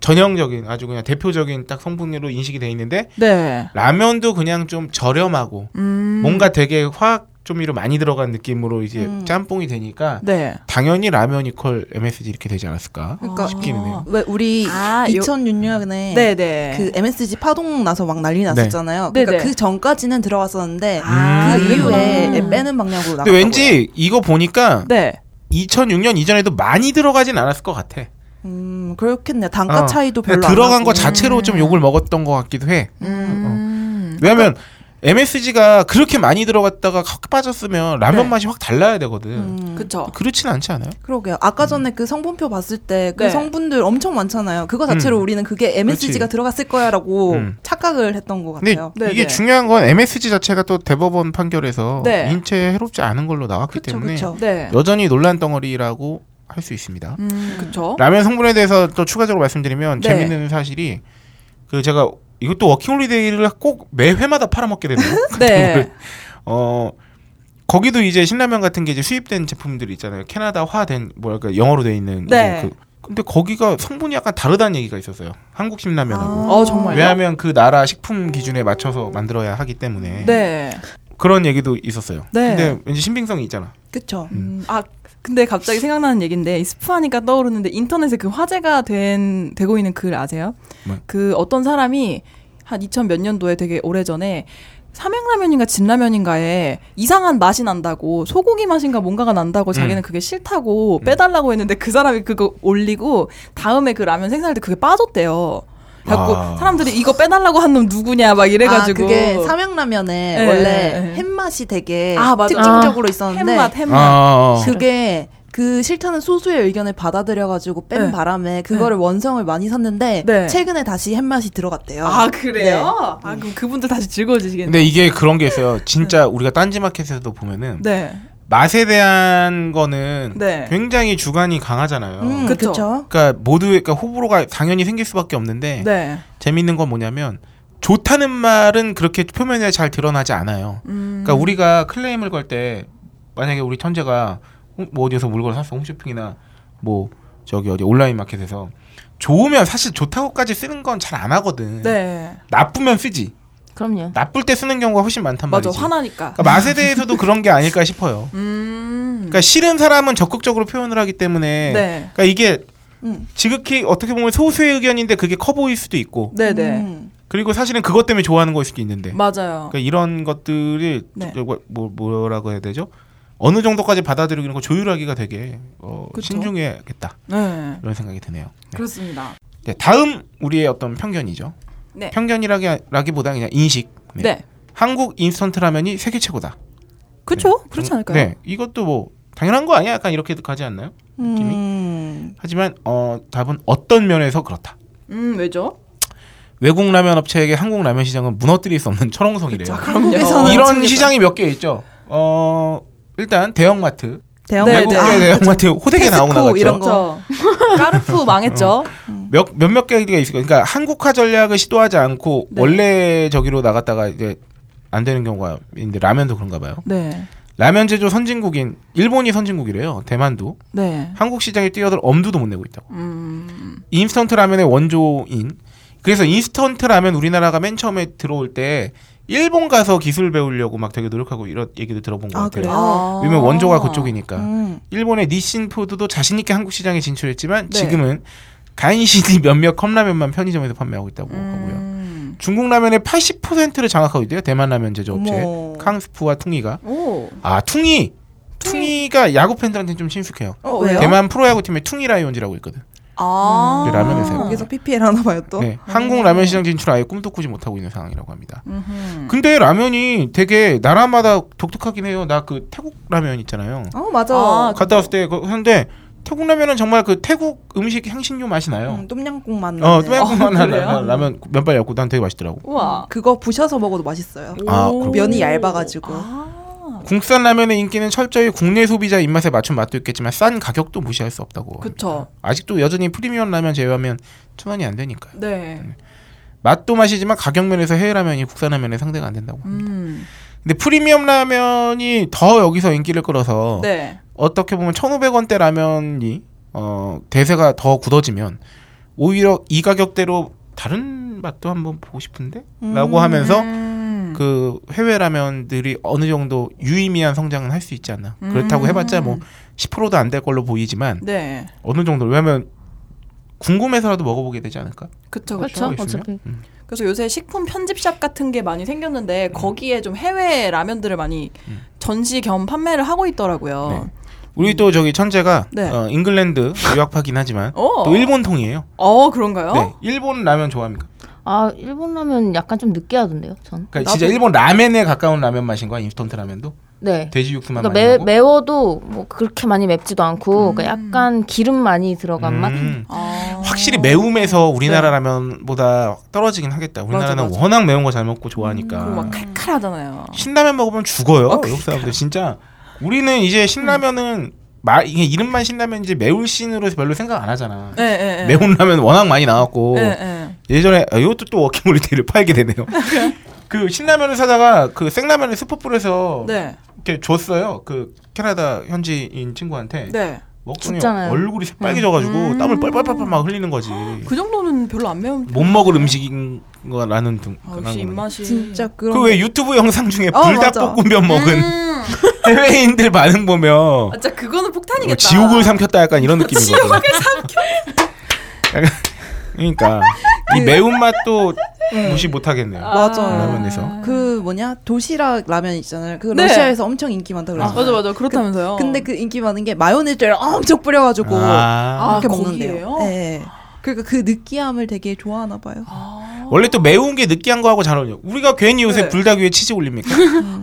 전형적인 아주 그냥 대표적인 딱 성분으로 인식이 돼 있는데
네.
라면도 그냥 좀 저렴하고
음.
뭔가 되게 화학 조미료 많이 들어간 느낌으로 이제
음.
짬뽕이 되니까
네.
당연히 라면 이퀄 MSG 이렇게 되지 않았을까
그러니까-
싶기는 해요.
왜 우리
아, 요-
2006년에
네, 네.
그 MSG 파동 나서 막 난리 났었잖아요.
네.
그러니까
네, 네.
그 전까지는 들어갔었는데
아,
그 이후에
음.
빼는 방향으로 나갔
근데 왠지 이거 보니까
네.
2006년 이전에도 많이 들어가진 않았을 것 같아.
음, 그렇겠네. 단가
어.
차이도 별로
그러니까
안
들어간
나고. 음.
거 자체로 좀 욕을 먹었던 것 같기도 해.
음.
왜냐하면
그러니까
MSG가 그렇게 많이 들어갔다가 확 빠졌으면 라면 맛이 확 달라야 되거든.
네. 음.
그쵸.
그렇진 않지 않아요?
그러게요.
음.
아까 전에 그 성분표 봤을 때 그
네.
성분들 엄청 많잖아요. 그거 자체로
음.
우리는 그게 MSG가
그렇지. 들어갔을
들어갔을 거야라고
음.
착각을 했던 것
근데
같아요.
네,
이게
네.
중요한 건 MSG 자체가 또 대법원 판결에서
네.
인체에 해롭지 않은 걸로 나왔기
그쵸,
때문에
그쵸.
네.
여전히 논란 덩어리라고 할 수 있습니다.
음,
어?
그쵸.
라면 성분에 대해서 또 추가적으로 말씀드리면
네.
재밌는 사실이 그 제가 이것도 워킹홀리데이를 꼭 매 회마다 팔아먹게 되네요.
네.
어 거기도 이제 신라면 같은 게 이제 수입된 제품들이 있잖아요. 캐나다화된 뭐랄까 영어로 돼 있는
네.
이제 그- 근데 거기가 성분이 약간 다르다는 얘기가 있었어요. 한국 신라면하고.
어, 정말요?
왜냐하면 그 나라 식품 기준에 맞춰서 만들어야 하기 때문에
네.
그런 얘기도 있었어요.
네.
근데 왠지 신빙성이 있잖아.
그쵸.
음, 아 근데 갑자기 생각나는 얘기인데 이 스프 하니까 떠오르는데 인터넷에 그 화제가 된 되고 있는 글 아세요?
뭐요?
그 어떤 사람이 한 2000 몇 년도에 되게 오래전에 삼양라면인가 진라면인가에 이상한 맛이 난다고 소고기 맛인가 뭔가가 난다고
음.
자기는 그게 싫다고 빼달라고 했는데 그 사람이 그거 올리고 다음에 그 라면 생산할 때 그게 빠졌대요. 그래갖고
아.
사람들이 이거 빼달라고 한 놈 누구냐 막 이래가지고
아, 그게 삼양라면에
네,
원래
네.
햇맛이 되게
아, 맞아.
특징적으로 있었는데
햄맛 햄맛
아,
그게 그 싫다는 소수의 의견을 받아들여가지고 뺀
네.
바람에 그거를 원성을 많이 샀는데
네.
최근에 다시 햇맛이 들어갔대요.
아 그래요?
네.
아 그럼 그분들 다시 즐거워지시겠네요.
근데 이게 그런 게 있어요. 진짜 우리가 딴지마켓에서도 보면은
네.
맛에 대한 거는
네.
굉장히 주관이 강하잖아요.
음,
그쵸.
그쵸.
그러니까 모두 그러니까 호불호가 당연히 생길 수밖에 없는데
네.
재밌는 건 뭐냐면 좋다는 말은 그렇게 표면에 잘 드러나지 않아요. 그러니까
음.
우리가 클레임을 걸 때 만약에 우리 천재가 홍- 뭐 어디서 물건을 샀어 홈쇼핑이나 뭐 저기 어디 온라인 마켓에서 좋으면 사실 좋다고까지 쓰는 건 잘 안 하거든.
네.
나쁘면 쓰지.
그럼요.
나쁠 때 쓰는 경우가 훨씬 많단
맞아.
말이지.
화나니까.
그러니까 맛에 대해서도 그런 게 아닐까 싶어요.
음.
그러니까 싫은 사람은 적극적으로 표현을 하기 때문에
네.
그러니까 이게
음.
지극히 어떻게 보면 소수의 의견인데 그게 커 보일 수도 있고
네, 네.
음.
그리고 사실은 그것 때문에 좋아하는 거일 수도 있는데
맞아요.
그러니까 이런 것들이
뭐. 네.
저- 뭐 뭐라고 해야 되죠? 어느 정도까지 받아들이는 거 조율하기가 되게 어,
그쵸.
신중해야겠다
네.
이런 생각이 그 드네요. 네.
그렇습니다.
네, 다음 우리의 어떤 편견이죠.
네.
편견이라기보다 그냥 인식.
네.
네. 한국 인스턴트 라면이 세계 최고다.
그렇죠?
네.
그렇지 않을까요?
네, 이것도 뭐 당연한 거 아니야? 약간 이렇게 가지 않나요? 느낌이?
음.
하지만 어, 답은 어떤 면에서 그렇다.
음, 왜죠?
외국 라면 업체에게 한국 라면 시장은 무너뜨릴 수 없는 철옹성이래요.
그럼요.
한국에서는
이런 시장이 몇 개 있죠. 어, 일단 대형마트,
대형
네,
외국
네.
게 대형마트 호되게 나오고
아, 그렇죠. 테스코
나갔죠. 어.
이런 거.
그렇죠. 까르푸 망했죠.
몇 몇몇 개가 있을 거예요. 그러니까 한국화 전략을 시도하지 않고
네.
원래 저기로 나갔다가 이제 안 되는 경우가 있는데 라면도 그런가 봐요.
네.
라면 제조 선진국인 일본이 선진국이래요. 대만도
네.
한국 시장에 뛰어들 엄두도 못 내고 있다고.
음.
인스턴트 라면의 원조인 그래서 인스턴트 라면 우리나라가 맨 처음에 들어올 때 일본 가서 기술 배우려고 막 되게 노력하고 이런 얘기도 들어본 것
아,
같아요.
그래요?
아.
왜냐면 원조가 그쪽이니까.
음.
일본의 니신푸드도 자신 있게 한국 시장에 진출했지만
네.
지금은 간신히 몇몇 컵라면만 편의점에서 판매하고 있다고 하고요.
음.
중국 라면의 80%를 장악하고 있대요. 대만 라면 제조업체
어머.
캉스푸와 퉁이가.
오.
아 퉁이 퉁이가 야구 팬들한테 좀 친숙해요.
어, 왜요?
네. 대만 프로야구 팀에 퉁이 라이온즈라고 있거든.
아.
이제 그 라면을 세워.
음. 거기서 PPL 하나 봐요 또.
네, 한국 라면 시장 진출 아예 꿈도 꾸지 못하고 있는 상황이라고 합니다.
음흠.
근데 라면이 되게 나라마다 독특하긴 해요. 나 그 태국 라면 있잖아요.
어 맞아.
아,
갔다 왔을 때 그- 근데 태국 라면은 정말 그 태국 음식 향신료 맛이 나요.
음, 똠양꿍 맛.
어,
나네.
똠양꿍만
아,
한
그래요?
라면, 라면 면발 얇고 난 되게 맛있더라고.
우와.
어, 그거 부셔서 먹어도 맛있어요.
아,
오.
그렇구나.
면이 얇아가지고.
아.
국산 라면의 인기는 철저히 국내 소비자 입맛에 맞춘 맛도 있겠지만 싼 가격도 무시할 수 없다고.
그쵸.
아직도 여전히 프리미엄 라면 제외하면 천 원이 안 되니까요.
네.
맛도 맛이지만 가격 면에서 해외 라면이 국산 라면에 상대가 안 된다고.
음.
근데 프리미엄 라면이 더 여기서 인기를 끌어서
네.
어떻게 보면 1,500원대 라면이 어, 대세가 더 굳어지면 오히려 이 가격대로 다른 맛도 한번 보고 싶은데? 라고 하면서
음.
그 해외 라면들이 어느 정도 유의미한 성장은 할 수 있지 않나. 그렇다고
음.
해봤자 뭐 10%도 안 될 걸로 보이지만
네.
어느 정도 왜냐면 궁금해서라도 먹어보게 되지 않을까?
그쵸,
그렇죠.
그쵸.
하고 있으면?
어차피.
음.
그래서 요새 식품 편집샵 같은 게 많이 생겼는데 거기에 좀 해외 라면들을 많이
음.
전시 겸 판매를 하고 있더라고요.
네. 우리 또 저기 천재가
네.
어, 잉글랜드 유학파긴 하지만
어.
또 일본 통이에요.
어, 그런가요?
네, 일본 라면 좋아합니까?
아 일본 라면 약간 좀 느끼하던데요, 전.
그러니까 진짜 일본 라면에 가까운 라면 맛인 거야 인스턴트 라면도
네.
돼지 육수만
그러니까
많이
매,
하고?
매워도 뭐 그렇게 많이 맵지도 않고 그러니까 약간 기름 많이 들어간 맛.
음.
아.
확실히 매움에서 우리나라 라면보다 떨어지긴 하겠다. 우리나라는
맞아, 맞아.
워낙 매운 거 잘 먹고
그리고
좋아하니까. 음.
막 아, 그러니까. 칼칼하잖아요.
신라면 먹으면 죽어요. 외국 사람들 진짜. 우리는 이제
음.
신라면은 말 이게 이름만 신라면이지 매울 신으로 별로 생각 안 하잖아.
예, 예. 예.
매운 라면 워낙 많이 나왔고
예, 예.
예전에 아, 이것도 또 워킹홀리데이를 팔게 되네요. 그 신라면을 사다가 그 생라면을 스프 뿌려서
네.
이렇게 줬어요. 그 캐나다 현지인 친구한테
네.
먹더니
죽잖아요.
얼굴이 새빨개져가지고 땀을 뻘뻘뻘뻘 막 흘리는 거지.
그 정도는 별로 안 매운
못 먹을 음식인 거라는 등.
아, 역시 입맛이
진짜 그런.
그왜 유튜브 영상 중에
어,
불닭볶음면 먹은
음.
해외인들 반응 보면
아, 진짜 그거는 폭탄이겠다.
어, 지옥을 삼켰다 약간 이런 느낌이거든. 지옥을 삼켰. 약간 그러니까 이 매운 맛도 무시 못 하겠네요.
맞아요.
라면에서.
그 뭐냐 도시락 라면 있잖아요. 그
네.
러시아에서 엄청 인기 많다 그래서.
맞아 맞아. 그렇다면서요.
근데 그 인기 많은 게 마요네즈를 엄청 뿌려가지고
아.
아,
그렇게
거기에요?
먹는데요. 네. 그러니까 그 느끼함을 되게 좋아하나 봐요.
아.
원래 또 매운 게 느끼한 거하고 잘 어울려. 우리가 괜히 요새
네.
불닭 위에 치즈 올립니까?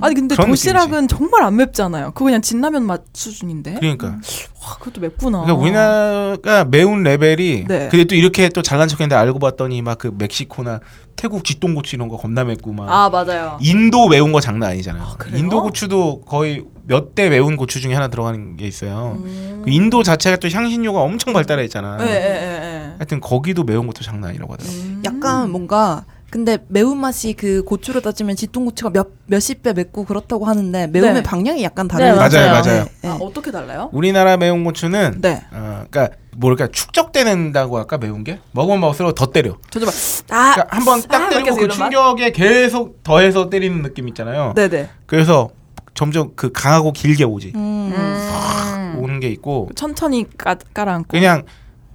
아니 근데
그런
도시락은 정말 안 맵잖아요. 그거 그냥 진라면 맛 수준인데.
그러니까.
와, 그것도 맵구나.
그러니까 우리나라가 매운 레벨이
어. 네.
근데 또 이렇게 또 잘난 척했는데 알고 봤더니 막 그 멕시코나 태국 쥐똥고추 이런 거 겁나 맵고 막
아, 맞아요.
인도 매운 거 장난 아니잖아요.
그래요?
인도 고추도 거의 몇 대 매운 고추 중에 하나 들어가는 게 있어요.
음.
그 인도 자체가 또 향신료가 엄청 발달해 있잖아.
예, 예, 예, 예.
하여튼 거기도 매운 것도 장난 아니라고 하더라고.
음.
요
약간 뭔가 근데 매운맛이 그 고추로 따지면 지통고추가 몇 몇십 배 맵고 그렇다고 하는데 매움의
네.
방향이 약간 다르죠.
네, 맞아요.
맞아요, 맞아요.
네.
아, 어떻게 달라요?
우리나라 매운 고추는
네.
어, 그러니까 뭘까 축적되는다고 할까 매운 게 먹으면 먹을수록 더 때려.
저도 막 아,
그러니까 한 번 딱
아,
때리고
이렇게
그
해서 이런
충격에 계속 더해서 때리는 느낌 있잖아요.
네, 네.
그래서 점점 그 강하고 길게 오지
음.
오는 게 있고
천천히 까, 깔아앉고.
그냥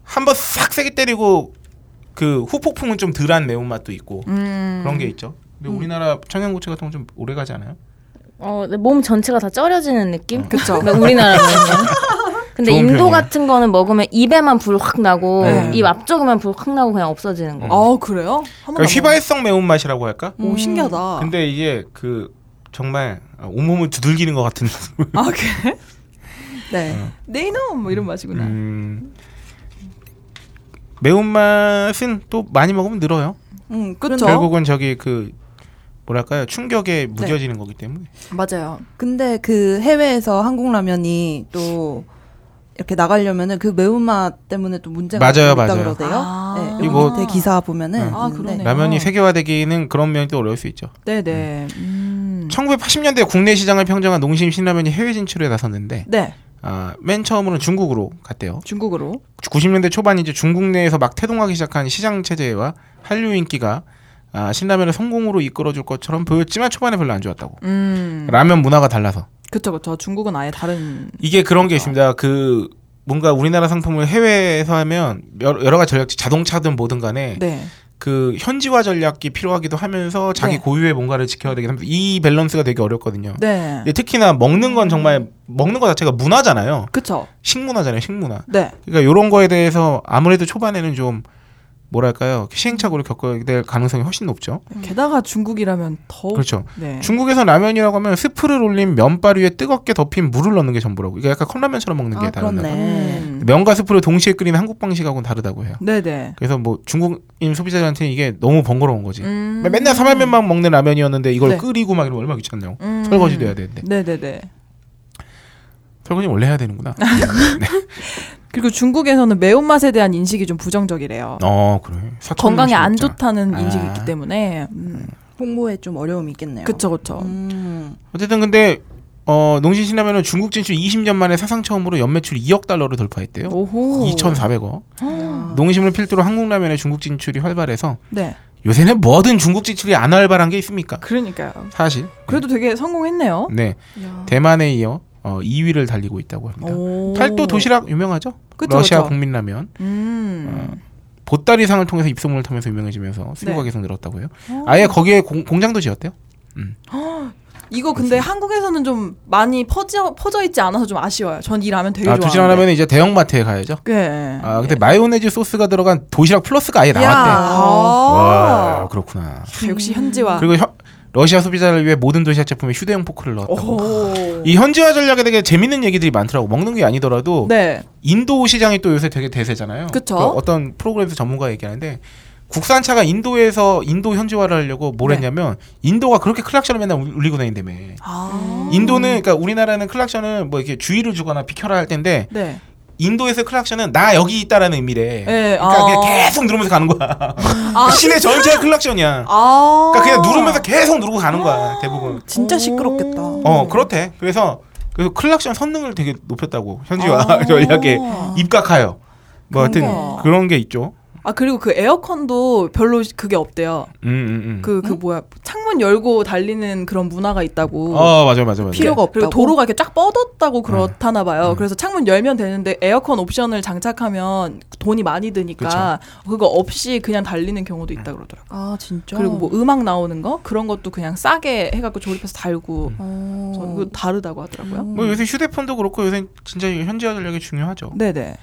한 번 싹 세게 때리고 그 후폭풍은 좀 덜한 매운맛도 있고
음.
그런 게 있죠. 근데 우리나라 청양고추 같은 건 좀 오래 가지 않아요?
어, 네, 몸 전체가 다 쩔어지는 느낌?
그쵸.
그러니까 우리나라 면은. 근데
좋은
인도
표현이야.
같은 거는 먹으면 입에만 불 확 나고
네.
입 앞쪽에만 불 확 나고 그냥 없어지는 거.
아, 그래요? 한 번도
그러니까
안 먹어봤어요.
휘발성 매운맛이라고 할까?
오, 신기하다.
근데 이게 그 정말 온몸을 두들기는 것 같은
아, 그래?
네.
네, 이놈! 뭐 이런 맛이구나.
음, 매운맛은 또 많이 먹으면 늘어요.
음,
그쵸?
그렇죠.
결국은 저기 그 뭐랄까요 충격에 무뎌지는 거기 때문에
맞아요.
근데 그 해외에서 한국 라면이 또 이렇게 나가려면은 그 매운맛 때문에 또 문제가
맞아요,
있다
맞아요.
그러대요.
아.
네, 여기
이거-
밑에 기사 보면은
아,
있는데
그러네요.
라면이 세계화되기는 그런 면이 또 어려울 수 있죠.
네네. 음.
1980년대 국내 시장을 평정한 농심 신라면이 해외 진출에 나섰는데
네.
아, 맨 처음으로는 중국으로 갔대요.
중국으로.
90년대 초반 이제 중국 내에서 막 태동하기 시작한 시장 체제와 한류 인기가 아, 신라면을 성공으로 이끌어줄 것처럼 보였지만 초반에 별로 안 좋았다고.
음.
라면 문화가 달라서
그쵸 그쵸. 중국은 아예 다른.
이게 그런 게 있습니다. 그 뭔가 우리나라 상품을 해외에서 하면 여러, 여러 가지 전략, 자동차든 뭐든 간에
네.
그 현지화 전략이 필요하기도 하면서 자기
네.
고유의 뭔가를 지켜야 되긴 합니다. 이 밸런스가 되게 어렵거든요.
네.
근데 특히나 먹는 건 정말 먹는 거 자체가 문화잖아요.
그쵸.
식문화잖아요, 식문화.
네.
그러니까 이런 거에 대해서 아무래도 초반에는 좀 뭐랄까요 시행착오를 겪어야 될 가능성이 훨씬 높죠.
게다가 중국이라면 더.
음. 그렇죠.
네.
중국에서 라면이라고 하면 스프를 올린 면발 위에 뜨겁게 덮인 물을 넣는 게 전부라고. 이게 약간 컵라면처럼 먹는 게
아,
다른 거.
그렇네.
음.
면과 스프를 동시에 끓이는 한국 방식하고는 다르다고 해요.
네네.
그래서 뭐 중국인 소비자들한테는 이게 너무 번거로운 거지.
음.
맨날 사발면만 먹는 라면이었는데 이걸
네.
끓이고 막 이러면 얼마나 귀찮냐고.
음.
설거지도 해야 되는데.
네네네.
설거지 원래 해야 되는구나.
그리고 중국에서는 매운맛에 대한 인식이 좀 부정적이래요.
어 그래. 사촌
건강에
음식
안
먹자.
좋다는
아.
인식이 있기 때문에. 음.
홍보에 좀 어려움이 있겠네요.
그쵸 그쵸.
음.
어쨌든 근데 어 농심 신라면은 중국 진출 20년 만에 사상 처음으로 연매출 2억 달러를 돌파했대요.
음. 오호.
2,400억.
아.
농심을 필두로 한국 라면의 중국 진출이 활발해서
네.
요새는 뭐든 중국 진출이 안 활발한 게 있습니까?
그러니까요.
사실.
그래도 뭐? 되게 성공했네요.
네. 대만에 이어 어, 2위를 달리고 있다고 합니다.
오.
음. 팔도 도시락 유명하죠?
그쵸,
러시아
그쵸.
국민라면.
음.
보따리상을 통해서 입소문을 타면서 유명해지면서 수요가 계속 늘었다고 해요.
네. 어.
아예 거기에 공, 공장도 지었대요.
이거 근데 한국에서는 좀 많이 퍼져 퍼져 있지 않아서 좀 아쉬워요. 전 이 라면 되게
아,
좋아하는데.
도시락 하면 이제 대형마트에 가야죠.
예.
아, 근데 마요네즈 소스가 들어간 도시락 플러스가 아예 나왔대.
아.
와, 그렇구나.
역시 현지화.
그리고 혀- 러시아 소비자를 위해 모든 도시락 제품에 휴대용 포크를
어.
넣었다고.
오.
이 현지화 전략에 되게 재밌는 얘기들이 많더라고. 먹는 게 아니더라도
네.
인도 시장이 또 요새 되게 대세잖아요.
그쵸.
그 어떤 프로그램에서 전문가 가 얘기하는데 국산차가 인도에서 인도 현지화를 하려고 뭘
네.
했냐면 인도가 그렇게 클락션을 맨날 울- 울리고 다닌다며.
아.
인도는 그러니까 우리나라는 클락션을 뭐 이렇게 주의를 주거나 비켜라 할 텐데
네.
인도에서 클락션은 나 여기 있다라는 의미래.
예,
그러니까
아.
그냥 계속 누르면서 가는 거야. 그 시내 전체가 클락션이야.
아.
그러니까 그냥 누르면서 계속 누르고 가는 거야 대부분.
진짜 시끄럽겠다.
어 그렇대. 그래서 그 클락션 성능을 되게 높였다고 현지화 전략에 입각하여. 뭐
아.
하여튼
그런 거.
그런 게 있죠.
아 그리고 그 에어컨도 별로 그게 없대요.
음, 음, 음.
그 그 뭐야 창문 열고 달리는 그런 문화가 있다고.
어 맞아 맞아 맞아.
필요가 없다고.
그리고 도로가 이렇게 쫙 뻗었다고 그렇다나
음.
봐요. 그래서 창문 열면 되는데 에어컨 옵션을 장착하면 돈이 많이 드니까 그거 없이 그냥 달리는 경우도 있다 그러더라고요.
아 진짜.
그리고 뭐 음악 나오는 거 그런 것도 그냥 싸게 해갖고 조립해서 달고
음.
어.
그래서 그거 다르다고 하더라고요.
음.
뭐 요새 휴대폰도 그렇고 요새 진짜 현지화 전략이 중요하죠.
네네.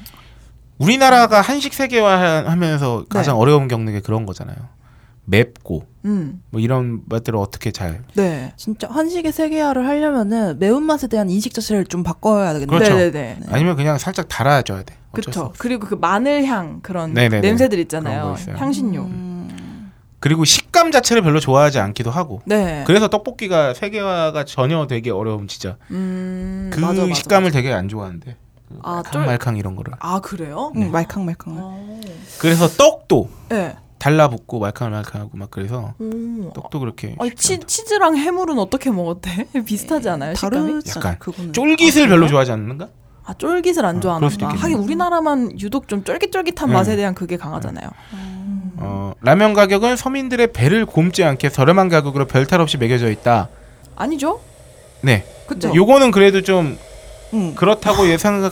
우리나라가 한식 세계화하면서 가장
네.
어려움 겪는 게 그런 거잖아요. 맵고
음.
뭐 이런 것들을 어떻게 잘
네.
진짜 한식의 세계화를 하려면은 매운맛에 대한 인식 자체를 좀 바꿔야 되겠네요.
그렇죠.
네네네.
아니면 그냥 살짝 달아줘야 돼. 어쩔 수
그렇죠.
없어.
그리고 그 마늘 향 그런
네네네.
냄새들
그런
있잖아요.
거 있어요.
향신료.
음.
그리고 식감 자체를 별로 좋아하지 않기도 하고.
네.
그래서 떡볶이가 세계화가 전혀 되게 어려움 진짜.
음,
그
맞아, 맞아,
식감을 되게 안 좋아하는데.
아, 쫄-
말캉말캉 이런 거를.
맞아. 아 그래요? 어.
응,
네.
음,
아,
말캉말캉.
그래서 떡도
네.
달라붙고 말캉말캉하고 막 그래서
음.
오.
떡도 그렇게
아니,
쉽지
치,
않다.
치즈랑 해물은 어떻게 먹었대? 비슷하지
네,
않아요? 식감이?
다르지
약간
않-
음.
그거는.
쫄깃을
어,
별로 좋아하지 않는가?
아 쫄깃을 안 좋아하나
그럴 수도
봐.
있겠네.
하긴 우리나라만 유독 좀 쫄깃쫄깃한
네.
맛에 대한 그게 강하잖아요. 음.
어, 라면 가격은 서민들의 배를 곰지 않게 저렴한 가격으로 별탈 없이 매겨져 있다.
아니죠?
네.
그쵸?
요거는 그래도 좀
응.
그렇다고 예상하는 아,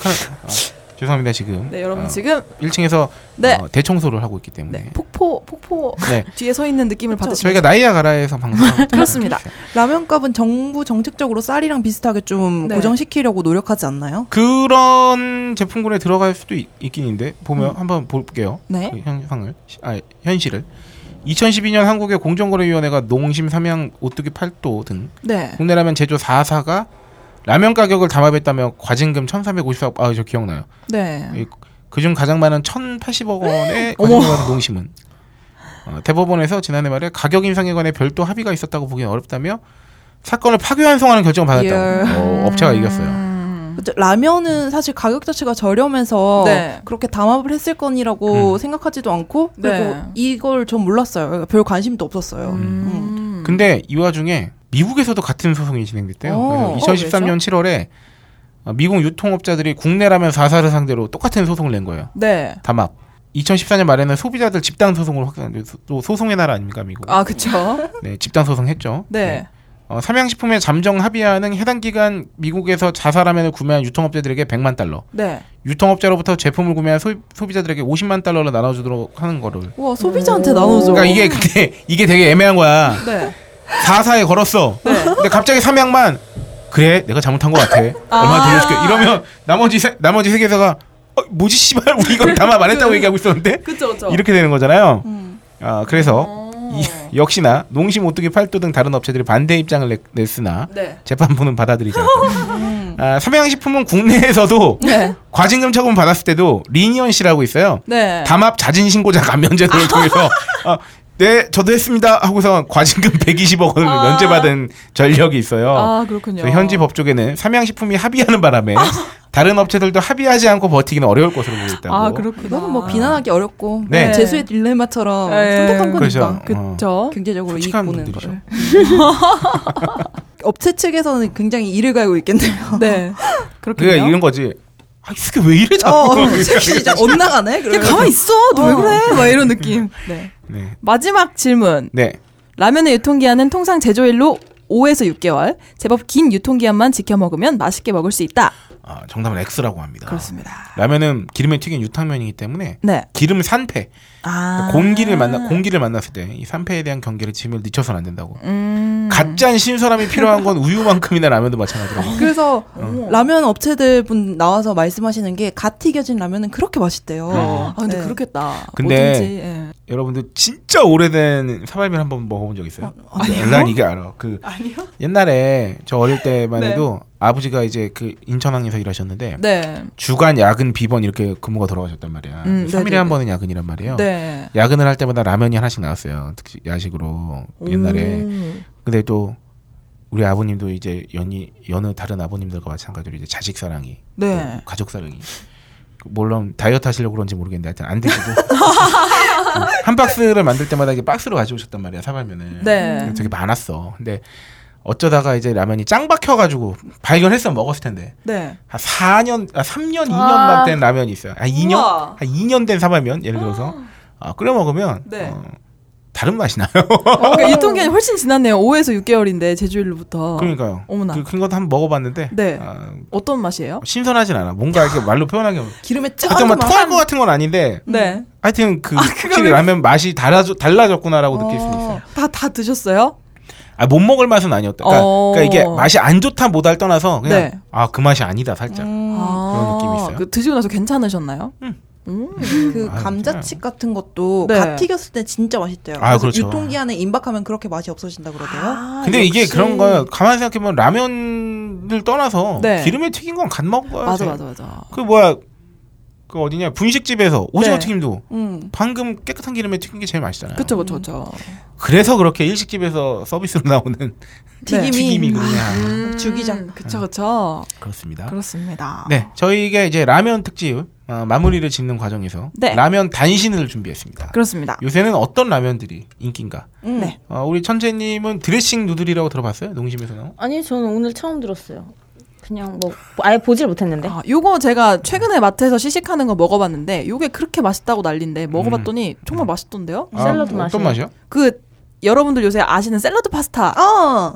죄송합니다 지금.
네 여러분
어,
지금
1층에서
네.
어, 대청소를 하고 있기 때문에.
네, 폭포 폭포
네.
뒤에 서 있는 느낌을
그렇죠.
받으시면
저희가 나이아가라에서 방송하고
그렇습니다.
라면값은 정부 정책적으로 쌀이랑 비슷하게 좀
네.
고정시키려고 노력하지 않나요?
그런 제품군에 들어갈 수도 있, 긴 한데 보면 한번 볼게요.
음. 네.
그 현상을 시- 아 현실을 2012년 한국의 공정거래위원회가 농심, 삼양, 오뚜기, 팔도 등
네.
국내 라면 제조 4사가 라면 가격을 담합했다며 과징금 1,354억 아저 기억나요.
네.
그중 가장 많은 1,080억 원의 과징금을 받은 농심은 어, 대법원에서 지난해 말에 가격 인상에 관해 별도 합의가 있었다고 보기 어렵다며 사건을 파기환송하는 결정을
예.
받았다고 어, 업체가 이겼어요.
근데 라면은 사실 가격 자체가 저렴해서
네.
그렇게 담합을 했을 건이라고
음.
생각하지도 않고 그리고
네.
이걸 전 몰랐어요. 그러니까 별 관심도 없었어요. 음.
근데 이 와중에 미국에서도 같은 소송이 진행됐대요.
어, 어,
그래서 2013년 7월에 미국 유통업자들이 국내 라면 4사를 상대로 똑같은 소송을 낸 거예요.
네.
담합. 2014년 말에는 소비자들 집단 소송을 확산한 또 소송의 나라 아닙니까
어?
미국?
아, 그쵸.
네, 집단 소송했죠.
네.
어, 삼양식품의 잠정 합의안은 해당 기간 미국에서 자사라면을 구매한 유통업자들에게 100만 달러,
네.
유통업자로부터 제품을 구매한 소, 비자들에게 50만 달러를 나눠주도록 하는 거를.
와 소비자한테 나눠줘.
그러니까 이게 근데 이게 되게 애매한 거야.
네.
사사에 걸었어. 근데 갑자기 삼양만 그래 내가 잘못한 것 같아. 얼마 돌려줄게. 이러면 나머지 세, 나머지 세 개사가 어, 뭐지 씨발 우리 이거 담아 말했다고 얘기하고 있었는데
그 그쵸, 그쵸. 음. 어.
이렇게 되는 거잖아요. 아 그래서 이- 역시나 농심 오뚜기 팔도 등 다른 업체들이 반대 입장을 내- 냈으나
네.
재판부는 받아들이지 않았다. 아, 삼양식품은 국내에서도 과징금 처분 받았을 때도 리니언 씨라고 있어요.
네.
담합 자진 신고자 감면 제도를 통해서 어, 네 저도 했습니다 하고서 과징금 120억 원을
아.
면제받은 전력이 있어요.
아, 그렇군요. 아.
그래서 현지 법조계는 삼양식품이 합의하는 바람에 다른 업체들도 합의하지 않고 버티기는 어려울 것으로 보고 있다고.
아, 그렇구나.
이건 뭐 비난하기 어렵고
네.
뭐 제수의 딜레마처럼
네.
선택한 거니까
그렇죠. 어.
그쵸.
경제적으로 이익
솔직한
보는
분들이죠.
거를. 업체 측에서는 굉장히 이를 갈고 있겠네요.
네.
그러니까
그렇군요.
이런 거지. 아, 이 새끼 왜 이래
어,
자꾸.
어, 이 새끼 진짜 엇나가네.
그냥
그러면.
가만히 있어. 너 왜 그래? 막 이런 느낌. 네.
네.
마지막 질문.
네.
라면의 유통기한은 통상 제조일로 5에서 6개월, 제법 긴 유통기한만 지켜 먹으면 맛있게 먹을 수 있다.
아, 정답은 X라고 합니다.
그렇습니다.
라면은 기름에 튀긴 유탕면이기 때문에
네.
기름 산패 그러니까
아.
공기를 만나 공기를 만났을 때 이 산패에 대한 경계를 지면 미쳐선 안 된다고.
음.
가짠 신선함이 필요한 건 우유만큼이나 라면도
어.
마찬가지라고.
그래서
어.
라면 업체들 분 나와서 말씀하시는 게 갓 튀겨진 라면은 그렇게 맛있대요.
아, 근데
네.
그렇겠다.
근데
뭐든지, 예.
여러분들 진짜 오래된 사발면 한 번 먹어본 적 있어요? 난 이게 알아. 그 옛날에 저 어릴 때만
네.
해도 아버지가 이제 그 인천항에서 일하셨는데
네.
주간 야근 비번 이렇게 근무가 돌아가셨단 말이야.
음,
삼 3일에
네네네.
한 번은 야근이란 말이에요.
네.
야근을 할 때마다 라면이 하나씩 나왔어요. 특히 야식으로 옛날에.
네.
근데 또 우리 아버님도 이제 연이 여느 다른 아버님들과 마찬가지로 이제 자식 사랑이,
네.
또 가족 사랑이. 물론 다이어트 하시려고 그런지 모르겠는데 하여튼 안 되시고 한 박스를 만들 때마다 이게 박스로 가져오셨단 말이야 사발면을.
네.
되게 많았어. 근데 어쩌다가 이제 라면이 짱 박혀가지고 발견했으면 먹었을 텐데
네.
한 4년, 아, 3년, 2년만
아.
된 라면이 있어요. 한 2년?
우와.
한 2년 된 사발면, 예를 들어서. 아, 끓여 먹으면,
네.
어, 다른 맛이 나요.
그러니까 유통기한이 훨씬 지났네요. 5에서 6개월인데 제주일로부터.
그러니까요.
어머나.
그, 큰 것도 한번 먹어봤는데,
네.
아,
어떤 맛이에요?
신선하진 않아. 뭔가 이렇게 말로 표현하기 어려워.
기름에 쫙
아, 그때 막 토할 것 같은 건 아닌데,
네.
하여튼 그,
그거
확실히
왜-
라면 맛이 달라져, 달라졌구나라고 느낄 수 있어요.
다, 다 드셨어요?
아, 못 먹을 맛은 아니었다. 그러니까,
어.
그러니까 이게 맛이 안 좋다 못할 떠나서, 그냥,
네.
아, 그 맛이 아니다, 살짝.
음.
아.
그런 느낌이 있어요. 음.
그 드시고 나서 괜찮으셨나요? 음.
그
아,
감자칩 같은 것도
네.
갓 튀겼을 때 진짜 맛있대요.
아,
그래서
그렇죠.
유통기한에 임박하면 그렇게 맛이 없어진다 그러대요.
아,
근데 이게 그런 거야. 가만히 생각해보면 라면을 떠나서
네.
기름에 튀긴 건 갓 먹은 거야.
맞아, 맞아, 맞아.
그 뭐야 그 어디냐 분식집에서 오징어
네.
튀김도
음.
방금 깨끗한 기름에 튀긴 게 제일 맛있잖아요.
그쵸, 그쵸, 그쵸.
래서 그렇게 일식집에서 서비스로 나오는
튀김이,
튀김이 그냥
아.
음. 주기장.
음.
네.
그쵸, 그쵸. 음.
그렇습니다.
그렇습니다.
네, 저희가 이제 라면 특집 어, 마무리를 짓는 과정에서
네.
라면 단신을 준비했습니다.
그렇습니다.
요새는 어떤 라면들이 인기인가?
음.
네.
어, 우리 천재님은 드레싱 누들이라고 들어봤어요? 농심에서 나온?
아니 저는 오늘 처음 들었어요. 그냥 뭐 아예 보질 못했는데.
아, 요거 제가 최근에 마트에서 시식하는 거 먹어봤는데 요게 그렇게 맛있다고 난린데 먹어봤더니 정말 맛있던데요?
샐러드
아,
맛이요?
어떤 맛이요?
그 여러분들 요새 아시는 샐러드 파스타
어.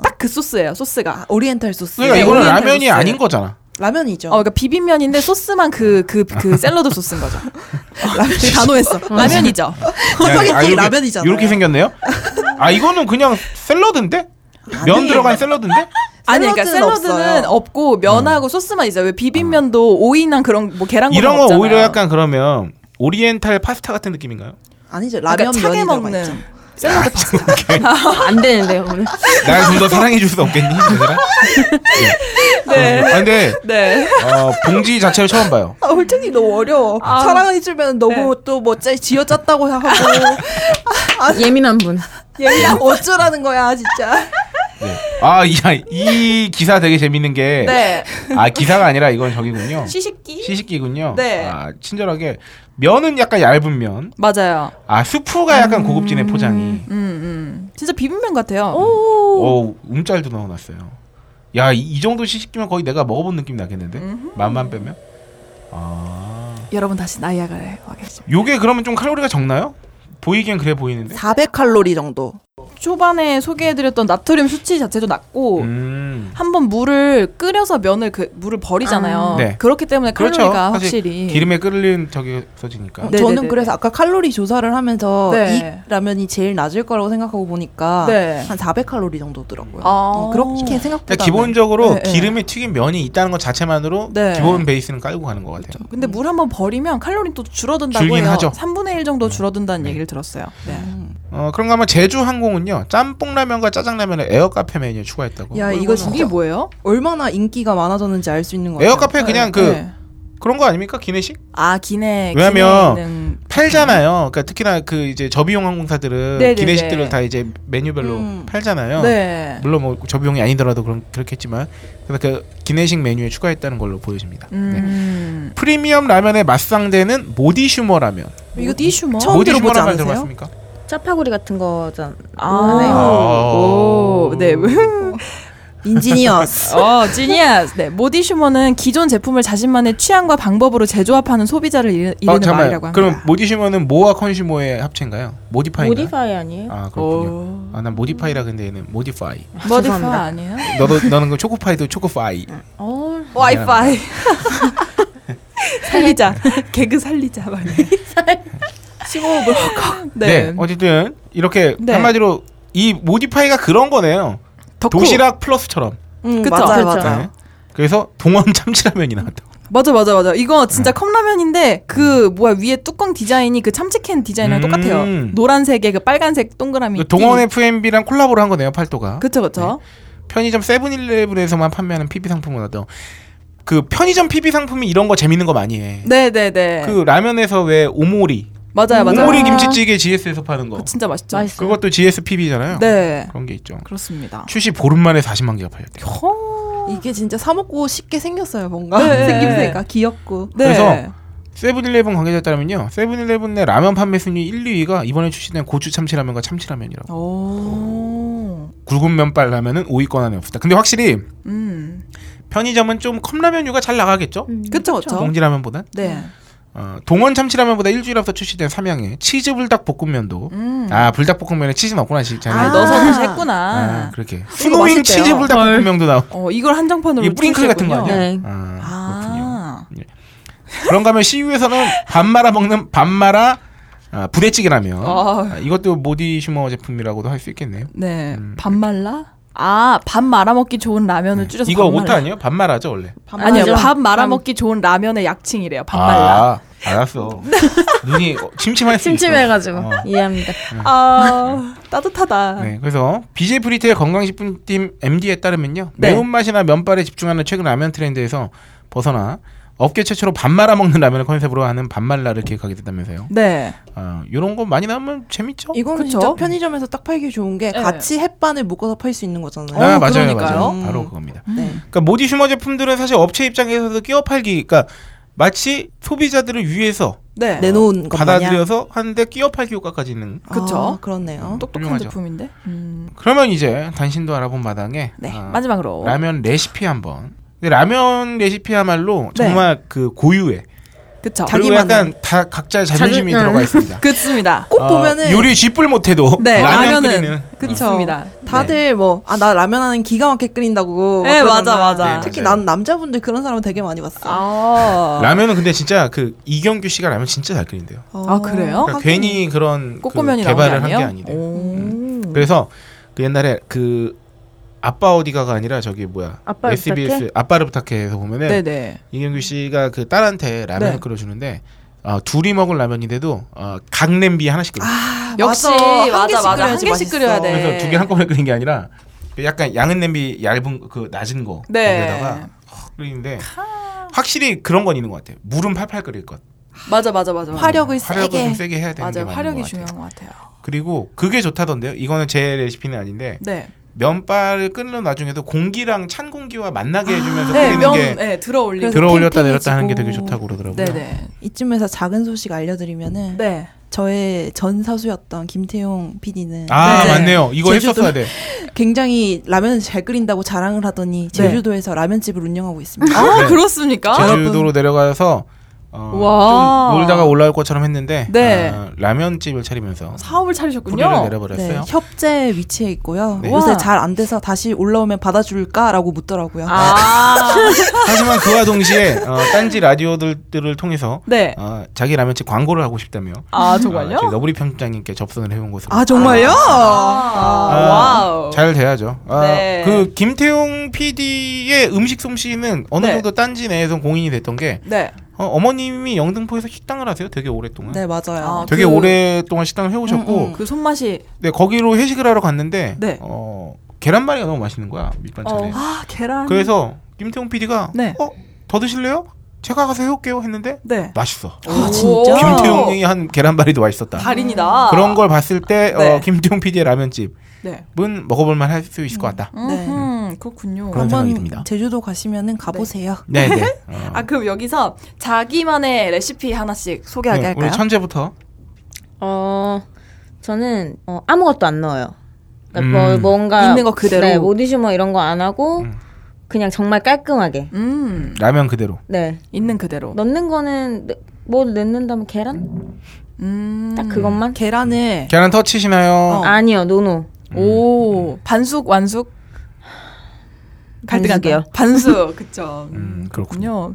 아,
딱 그 소스예요 소스가
오리엔탈 소스.
그러니까 이거는
오리엔탈
라면이
소스.
아닌 거잖아.
라면이죠.
어, 그러니까 비빔면인데 소스만 그 그 그 샐러드 소스인 거죠. 라면 단호했어. 라면이죠.
스파게티
아, 요렇게-
라면이잖아요.
요렇게 생겼네요? 아 이거는 그냥 샐러드인데? 면 들어간 샐러드인데?
아니 그러니까
샐러드는
샐러드는
없어요.
없고 면하고 소스만 있어요. 왜 비빔면도 오이나 그런 뭐 계란
이런 거
없잖아요.
오히려 약간 그러면 오리엔탈 파스타 같은 느낌인가요? 아,
아니죠.
그러니까
라면
차게
면이 들어가
먹는
있죠.
샐러드 파스타.
안 되는데요 오늘.
날 좀 더 사랑해 줄 수 없겠니? 얘들아? 네. 어, 아, 근데
네.
어, 봉지 자체를 처음 봐요.
아, 홀탱이 너무 어려워. 아. 네. 사랑하는 주면 너무 또뭐 지어짰다고 하고
예민한 분.
얘야 어쩌라는 거야 진짜.
네. 아, 이, 야, 이 기사 되게 재밌는 게.
네.
아, 기사가 아니라 이건 저기군요.
시식기?
시식기군요.
네.
아, 친절하게. 면은 약간 얇은 면.
맞아요.
아, 수프가 약간 고급진의 포장이.
음, 음. 진짜 비빔면 같아요.
오, 어, 움짤도 넣어놨어요. 야, 이, 이 정도 시식기면 거의 내가 먹어본 느낌 나겠는데?
음.
맛만 빼면? 아.
여러분 다시 나이아가라에 와 계십니다.
요게 그러면 좀 칼로리가 적나요? 보이기엔 그래 보이는데.
400칼로리 정도.
초반에 소개해드렸던 나트륨 수치 자체도 낮고
음.
한 번 물을 끓여서 면을 그 물을 버리잖아요.
아. 네.
그렇기 때문에
그렇죠.
칼로리가
사실
그러니까 확실히
기름에 끓는 저기 써지니까.
네. 네네네.
어, 저는 그래서 아까 칼로리 조사를 하면서
네.
이 라면이 제일 낮을 거라고 생각하고 보니까
네.
한 400칼로리 정도더라고요.
아.
어, 그렇게 생각보다
그러니까 기본적으로
네, 네.
기름에 튀긴 면이 있다는 것 자체만으로
네. 그렇죠.
기본 베이스는 깔고 가는 것 같아요.
근데 물 한 번 버리면 칼로리 또 줄어든다고
줄긴
해요.
하죠.
3분의 1 정도 줄어든다는 얘기를 들었어요. 네.
어, 그런가 하면 제주항공은요. 짬뽕라면과 짜장라면에 에어카페 메뉴 추가했다고.
야 이거
뭐 이거 진짜 이게
진짜
뭐예요?
얼마나 인기가 많아졌는지 알 수 있는 거 같아요.
에어카페 그냥 그
네.
그런 거 아닙니까? 기내식?
아 기내
왜냐면
기내는
팔잖아요. 그러니까 특히나 그 이제 저비용 항공사들은
음. 네, 네,
기내식들을
네.
다 이제 메뉴별로
음.
팔잖아요.
네.
물론 뭐 저비용이 아니더라도 그런 그렇겠지만 그래서 그 기내식 메뉴에 추가했다는 걸로 보여집니다. 네.
음.
프리미엄 라면의 맞상대는 모디슈머 라면.
이거
뭐?
디슈머. 뭐?
처음
모디슈머
들어보지
라면
않으세요?
들어봤습니까?
짜파구리 같은 거잖아.
오.
오.
네. 오. 네.
인지니어스.
어, 지니어스. 네. 모디슈머는 기존 제품을 자신만의 취향과 방법으로 재조합하는 소비자를 이르-
아,
이르는 말이라고 합니다.
그럼 모디슈머는 모와 컨슈머의 합체인가요? 모디파인가요?
모디파이 아니에요?
아 그렇군요.
오.
아 난 모디파이라 근데 얘는 모디파이.
모디파
죄송합니다.
아니에요?
너도 너는 그 초코파이도 초코파이.
어,
와이파이. 살리자. 개그 살리자. 말이. 심호흡을 확.
네.
네.
어쨌든 이렇게
네.
한마디로 이 모디파이가 그런 거네요.
덕후.
도시락 플러스처럼.
음,
그쵸?
맞아요,
그쵸.
맞아요.
네. 그래서 동원 참치라면이 나왔다고.
맞아 맞아 맞아. 이거 진짜
네.
컵라면인데 그 뭐야 위에 뚜껑 디자인이 그 참치캔 디자인이랑
음.
똑같아요. 노란색에 그 빨간색 동그라미.
그 동원 FMB랑 콜라보를 한 거네요. 팔도가.
그쵸 그쵸.
편의점 세븐일레븐에서만 판매하는 PB 상품보다도 그 편의점 PB 상품이 이런 거 재밌는 거 많이 해.
네네네.
그 라면에서 왜 오모리,
맞아요 맞아요.
오모리 김치찌개 GS에서 파는 거.
그거 진짜 맛있죠.
맛있어.
그것도 GSPB잖아요.
네.
그런 게 있죠.
아, 그렇습니다.
출시 보름 만에 40만 개가 팔렸대요.
허.
이게 진짜 사 먹고 쉽게 생겼어요 뭔가
네.
생김새가 귀엽고.
네.
그래서 세븐일레븐 관계자에 따르면요. 세븐일레븐 내 라면 판매 순위 1, 2위가 이번에 출시된 고추 참치라면과 참치라면이라고.
오.
음,
굵은 면발 라면은 5위권 안에 없었다. 근데 확실히
음.
편의점은 좀 컵라면류가 잘 나가겠죠?
음.
그쵸 그쵸.
봉지라면보단
네.
어, 동원 참치라면보다 일주일 앞서 출시된 삼양의 치즈 불닭볶음면도
음.
아 불닭볶음면에 치즈는 없구나 진짜
아, 넣어서 다시 했구나.
아, 그렇게 스노잉
맛있대요.
치즈 불닭볶음면도 나오고
어, 이걸 한정판으로
이 뿌링클 같은 거 아니야?
네.
출시했군요.
아,
아.
그렇군요. 그런가 하면 시유에서는 밥 말아 먹는 밥 말아 아, 부대찌개라면
아.
아, 이것도 모디슈머 제품이라고도 할 수 있겠네요.
네.
음.
밥 말라? 아, 밥 말아 먹기 좋은 라면을 줄여서
네. 이거
밥 말라.
오타 아니에요? 밥 말아죠 원래.
아니요.
맞아.
밥 말아 먹기 좋은 라면의 약칭이래요. 밥 말라.
아, 알았어. 눈이 어, 침침할 수 있어.
심심해가지고
어.
이해합니다.
아, 따뜻하다.
네, 그래서 BJ 프리텔 건강식품팀 MD에 따르면요
네.
매운맛이나 면발에 집중하는 최근 라면 트렌드에서 벗어나 업계 최초로 밥 말아 먹는 라면을 컨셉으로 하는 밥말라를 기획하게 됐다면서요.
네.
아, 이런 거 많이 나오면 재밌죠.
이거는
그쵸?
진짜 편의점에서 딱 팔기 좋은 게
네.
같이 햇반을 묶어서 팔 수 있는 거잖아요.
아, 맞아요,
그러니까요. 음.
맞아요. 바로 그겁니다.
네.
그러니까 모디슈머 제품들은 사실 업체 입장에서도 끼워 팔기, 그러니까 마치 소비자들을 위해서
네.
내놓은 것 마냥.
받아들여서 하는데 끼워 팔기 효과까지 있는.
그쵸?
아, 그렇네요.
똑똑한
훌륭하죠.
제품인데. 음.
그러면 이제 단신도 알아본 마당에
네.
아,
마지막으로.
라면 레시피 한번. 근데 라면 레시피야말로
네.
정말 그 고유의
그쵸.
자-
그리고
자기만의.
약간 다 각자의 자존심이
자존-
들어가 있습니다.
그렇습니다.
꼭
어,
보면은
요리 쥐뿔 못해도
네.
라면
라면은
끓이는 음.
그쵸.
있습니다.
다들 뭐, 아, 나 라면 하는 기가 막히게 끓인다고. 막
네,
그러잖아.
맞아, 맞아.
네,
특히
맞아요.
난 남자분들 그런 사람 되게 많이 봤어.
아.
라면은 근데 진짜 그 이경규 씨가 라면 진짜 잘 끓인대요.
어,
아, 그래요?
그러니까 괜히 그런 그
꼬꼬면이
개발을
나온
한
게
게
아니에요?
아니래요.
오.
그래서 그 옛날에 그 아빠 어디가가 아니라 저기 뭐야
아빠를 부탁해?
아빠를 부탁해에서 보면은
네네.
이경규 씨가 그 딸한테 라면을
네.
끓여주는데 어, 둘이 먹을 라면인데도 어, 각 냄비 하나씩 끓여.
아,
역시
맞아. 한
맞아,
개씩
맞아.
끓여야지
한 개씩
맛있어.
끓여야 돼.
그래서 두 개 한꺼번에 끓인 게 아니라 그 약간 양은 냄비 얇은 그 낮은 거
네.
거기다가 확 끓이는데 확실히 그런 건 있는 것 같아요. 물은 팔팔 끓일 것.
맞아 맞아 맞아. 맞아.
화력을
화력을
세게.
좀 세게 해야 되는 게
음. 맞아요.
맞는
화력이
것 같아요.
중요한 것 같아요.
그리고 그게 좋다던데요. 이거는 제 레시피는 아닌데
네.
면발을 끓는 와중에도 공기랑 찬 공기와 만나게 해주면서
네,
끓이는
면
게
네, 들어 올리고.
그래서
들어 올렸다
팽팽해지고.
내렸다 하는 게 되게 좋다고 그러더라고요.
네, 네.
이쯤에서 작은 소식 알려드리면은
네.
저의 전 사수였던 김태용 PD는
아
네.
맞네요. 이거
제주도.
했었어야 돼.
굉장히 라면을 잘 끓인다고 자랑을
네.
하더니 제주도에서 라면집을 운영하고 있습니다.
아,
네.
그렇습니까?
제주도로 내려가서 어,
와.
좀 놀다가 올라올 것처럼 했는데
네.
어, 라면집을 차리면서
사업을
뿌리를
차리셨군요.
네,
내려버렸어요.
협재 위치에 있고요.
음, 네.
요새
우와.
잘 안 돼서 다시 올라오면 받아줄까라고 묻더라고요.
아.
하지만 그와 동시에 어, 딴지 라디오들을 통해서
네.
어, 자기 라면집 광고를 하고 싶다며
아,
어,
정말요?
저희 너브리 편집장님께 접선을 해온 것으로
아, 정말요?
아,
아,
와우.
잘 돼야죠. 아,
네.
그 김태용 PD의 음식 솜씨는 어느
네.
정도 딴지 내에서 공인이 됐던 게
네.
어, 머님이 영등포에서 식당을 하세요. 되게 오랫동안.
네 맞아요.
아,
되게
그-
오랫동안 식당을 해오셨고
음, 음.
그 손맛이
네, 거기로 회식을 하러 갔는데
네.
어, 계란말이가 너무 맛있는 거야 밑반찬에.
아, 계란.
그래서 김태용 PD가
네.
어? 더 드실래요? 제가 가서 해올게요 했는데
네.
맛있어.
오.
진짜?
김태용이 한 계란말이도 맛있었다.
달인이다.
그런 걸 봤을 때
네.
어, 김태용 PD의 라면집은
네.
먹어볼만 할 수 있을 것 같다.
네.
음, 그렇군요.
그런 생각이 듭니다.
한번 제주도 가시면은 가보세요.
네네. 어.
아, 그럼 여기서 자기만의 레시피 하나씩 소개하게 할까요?
네, 우리 천재부터.
어, 저는 어, 아무것도 안 넣어요. 그러니까
음.
뭐, 뭔가
있는 거 그대로.
네, 모디슈머 이런 거 안 하고
음.
그냥 정말 깔끔하게.
음.
라면 그대로.
네,
있는 그대로.
넣는 거는 네, 뭐 넣- 뭘 넣는다면 계란?
음.
딱 그것만?
계란을
계란
어.
터치시나요?
아니요, 노노.
음. 오. 반숙 완숙
반숙이요.
갈등한다. 반숙. 그쵸
음,
군요.
그렇군요.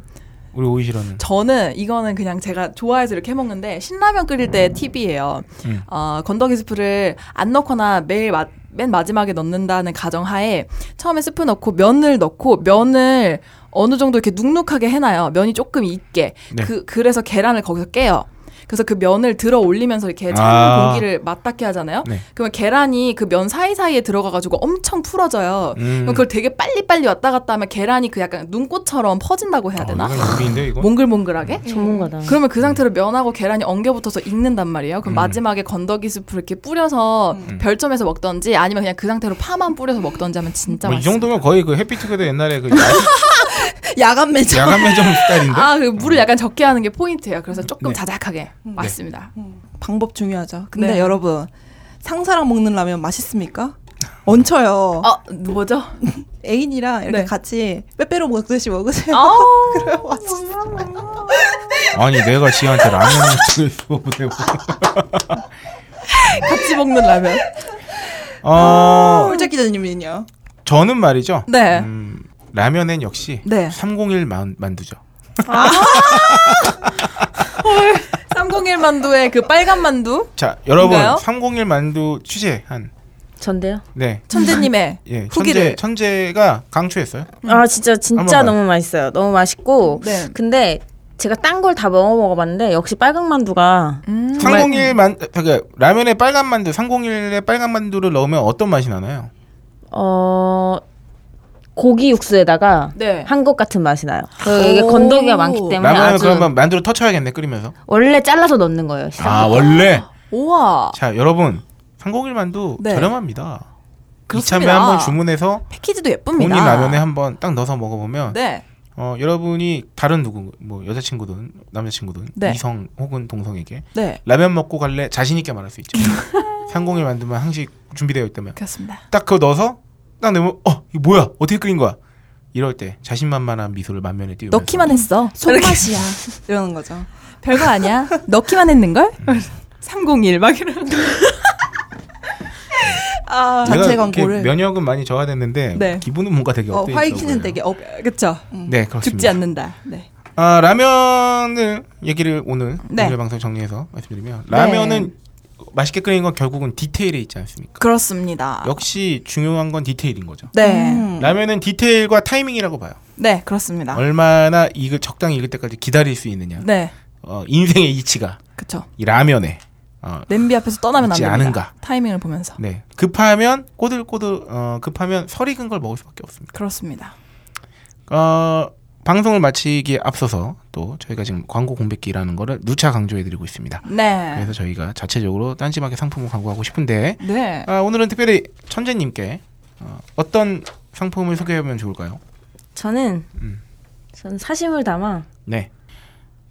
우리 오이시로는.
저는 이거는 그냥 제가 좋아해서 이렇게 해먹는데 신라면 끓일 때 팁이에요.
음.
어, 건더기 스프를 안 넣거나 매일 마, 맨 마지막에 넣는다는 가정하에 처음에 스프 넣고 면을 넣고 면을 어느 정도 이렇게 눅눅하게 해놔요. 면이 조금 있게.
네.
그, 그래서 계란을 거기서 깨요. 그래서 그 면을 들어 올리면서 이렇게 찬
아.
공기를 맞닿게 하잖아요.
네.
그러면 계란이 그 면 사이사이에 들어가가지고 엄청 풀어져요.
음.
그럼 그걸 되게 빨리빨리 왔다 갔다 하면 계란이 그 약간 눈꽃처럼 퍼진다고 해야 되나?
아, 이건 요리인데 이거. 음.
몽글몽글하게?
전문가다.
그러면 그 상태로 면하고 계란이 엉겨붙어서 익는단 말이에요.
음.
그럼 마지막에 건더기 스프 이렇게 뿌려서 별점에서 먹던지 아니면 그냥 그 상태로 파만 뿌려서 먹던지 하면 진짜
뭐이
맛있어요.
정도면 거의 그 해피투게더 옛날에 그 야식,
네.
야간 매장.
야간 매점 스타일인데.
아, 그 물을 약간 적게 하는 게 포인트예요. 그래서 조금
음. 네. 음.
자작하게 맞습니다.
방법 중요하죠. 근데
네.
여러분 상사랑 먹는 라면 맛있습니까? 얹혀요.
아, 뭐죠?
애인이랑 이렇게
네.
같이 빼빼로 먹듯이
네.
먹으세요.
아우.
그래요, 맛있어.
아니 내가 지한테 라면을 주고 보내고.
같이 먹는 라면.
어,
홀짝 기자님은요?
저는 말이죠.
네.
음, 라면엔 역시
네.
301 만, 만두죠.
301 만두의 그 빨간 만두
자 여러분
뭔가요?
301 만두 취재한
전데요?
네.
천재님의
예,
후기를.
천재, 천재가 강추했어요.
아 진짜 진짜
한번
너무 맛있어요. 너무 맛있고
네.
근데 제가 딴 걸 다 먹어 먹어봤는데 역시 빨강 만두가
음.
301 만, 그러니까 라면에 빨간 만두, 301에 빨간 만두를 넣으면 어떤 맛이 나나요?
어 고기 육수에다가
네.
한 것 같은 맛이 나요. 그 이게
오.
건더기가 많기
음,
때문에
라면에
아주
그러면 만두를 터쳐야겠네 끓이면서.
원래 잘라서 넣는 거예요. 시작.
아, 원래.
우와.
자 여러분, 301 만두
네.
저렴합니다.
그렇습니다.
이참에 한번 주문해서
패키지도 예쁩니다.
본인 라면에 한번 딱 넣어서 먹어보면
네.
어, 여러분이 다른 누구 뭐 여자친구든 남자친구든
네.
이성 혹은 동성에게
네.
라면 먹고 갈래 자신 있게 말할 수 있죠. 301 만두만 항식 준비되어 있다면
그렇습니다.
딱 그거 넣어서 딱 넣으면 어 이거 뭐야 어떻게 끓인 거야 이럴 때 자신만만한 미소를 만면에 띄우면서
넣기만 했어.
손맛이야. 이러는 거죠.
별거 아니야. 넣기만 했는걸? 301, 막 이런. 아,
내가
자체
이렇게
광고를.
면역은 많이 저하됐는데
네.
기분은 뭔가 되게
어,
업돼
화이트는 되게 업.
그쵸.
네 그렇습니다.
음, 죽지 않는다. 네.
아 라면을 얘기를 오늘
네.
오늘 방송 정리해서 말씀드리면 라면은 맛있게 끓인 건 결국은 디테일에 있지 않습니까?
그렇습니다.
역시 중요한 건 디테일인 거죠.
네.
음.
라면은 디테일과 타이밍이라고 봐요.
네, 그렇습니다.
얼마나 익을 적당히 익을 때까지 기다릴 수 있느냐.
네.
어, 어, 인생의 이치가
그쵸.
이 라면에 어,
냄비 앞에서 떠나면 안
있지
됩니다.
않은가.
타이밍을 보면서.
네 급하면 꼬들꼬들 어, 급하면 설 익은 걸 먹을 수밖에 없습니다.
그렇습니다.
어, 방송을 마치기에 앞서서 또 저희가 지금 광고 공백기라는 거를 누차 강조해드리고 있습니다.
네.
그래서 저희가 자체적으로 딴지마켓 상품을 광고하고 싶은데
네.
아, 오늘은 특별히 천재님께 어, 어떤 상품을 소개하면 좋을까요?
저는
음.
저는 사심을 담아
네.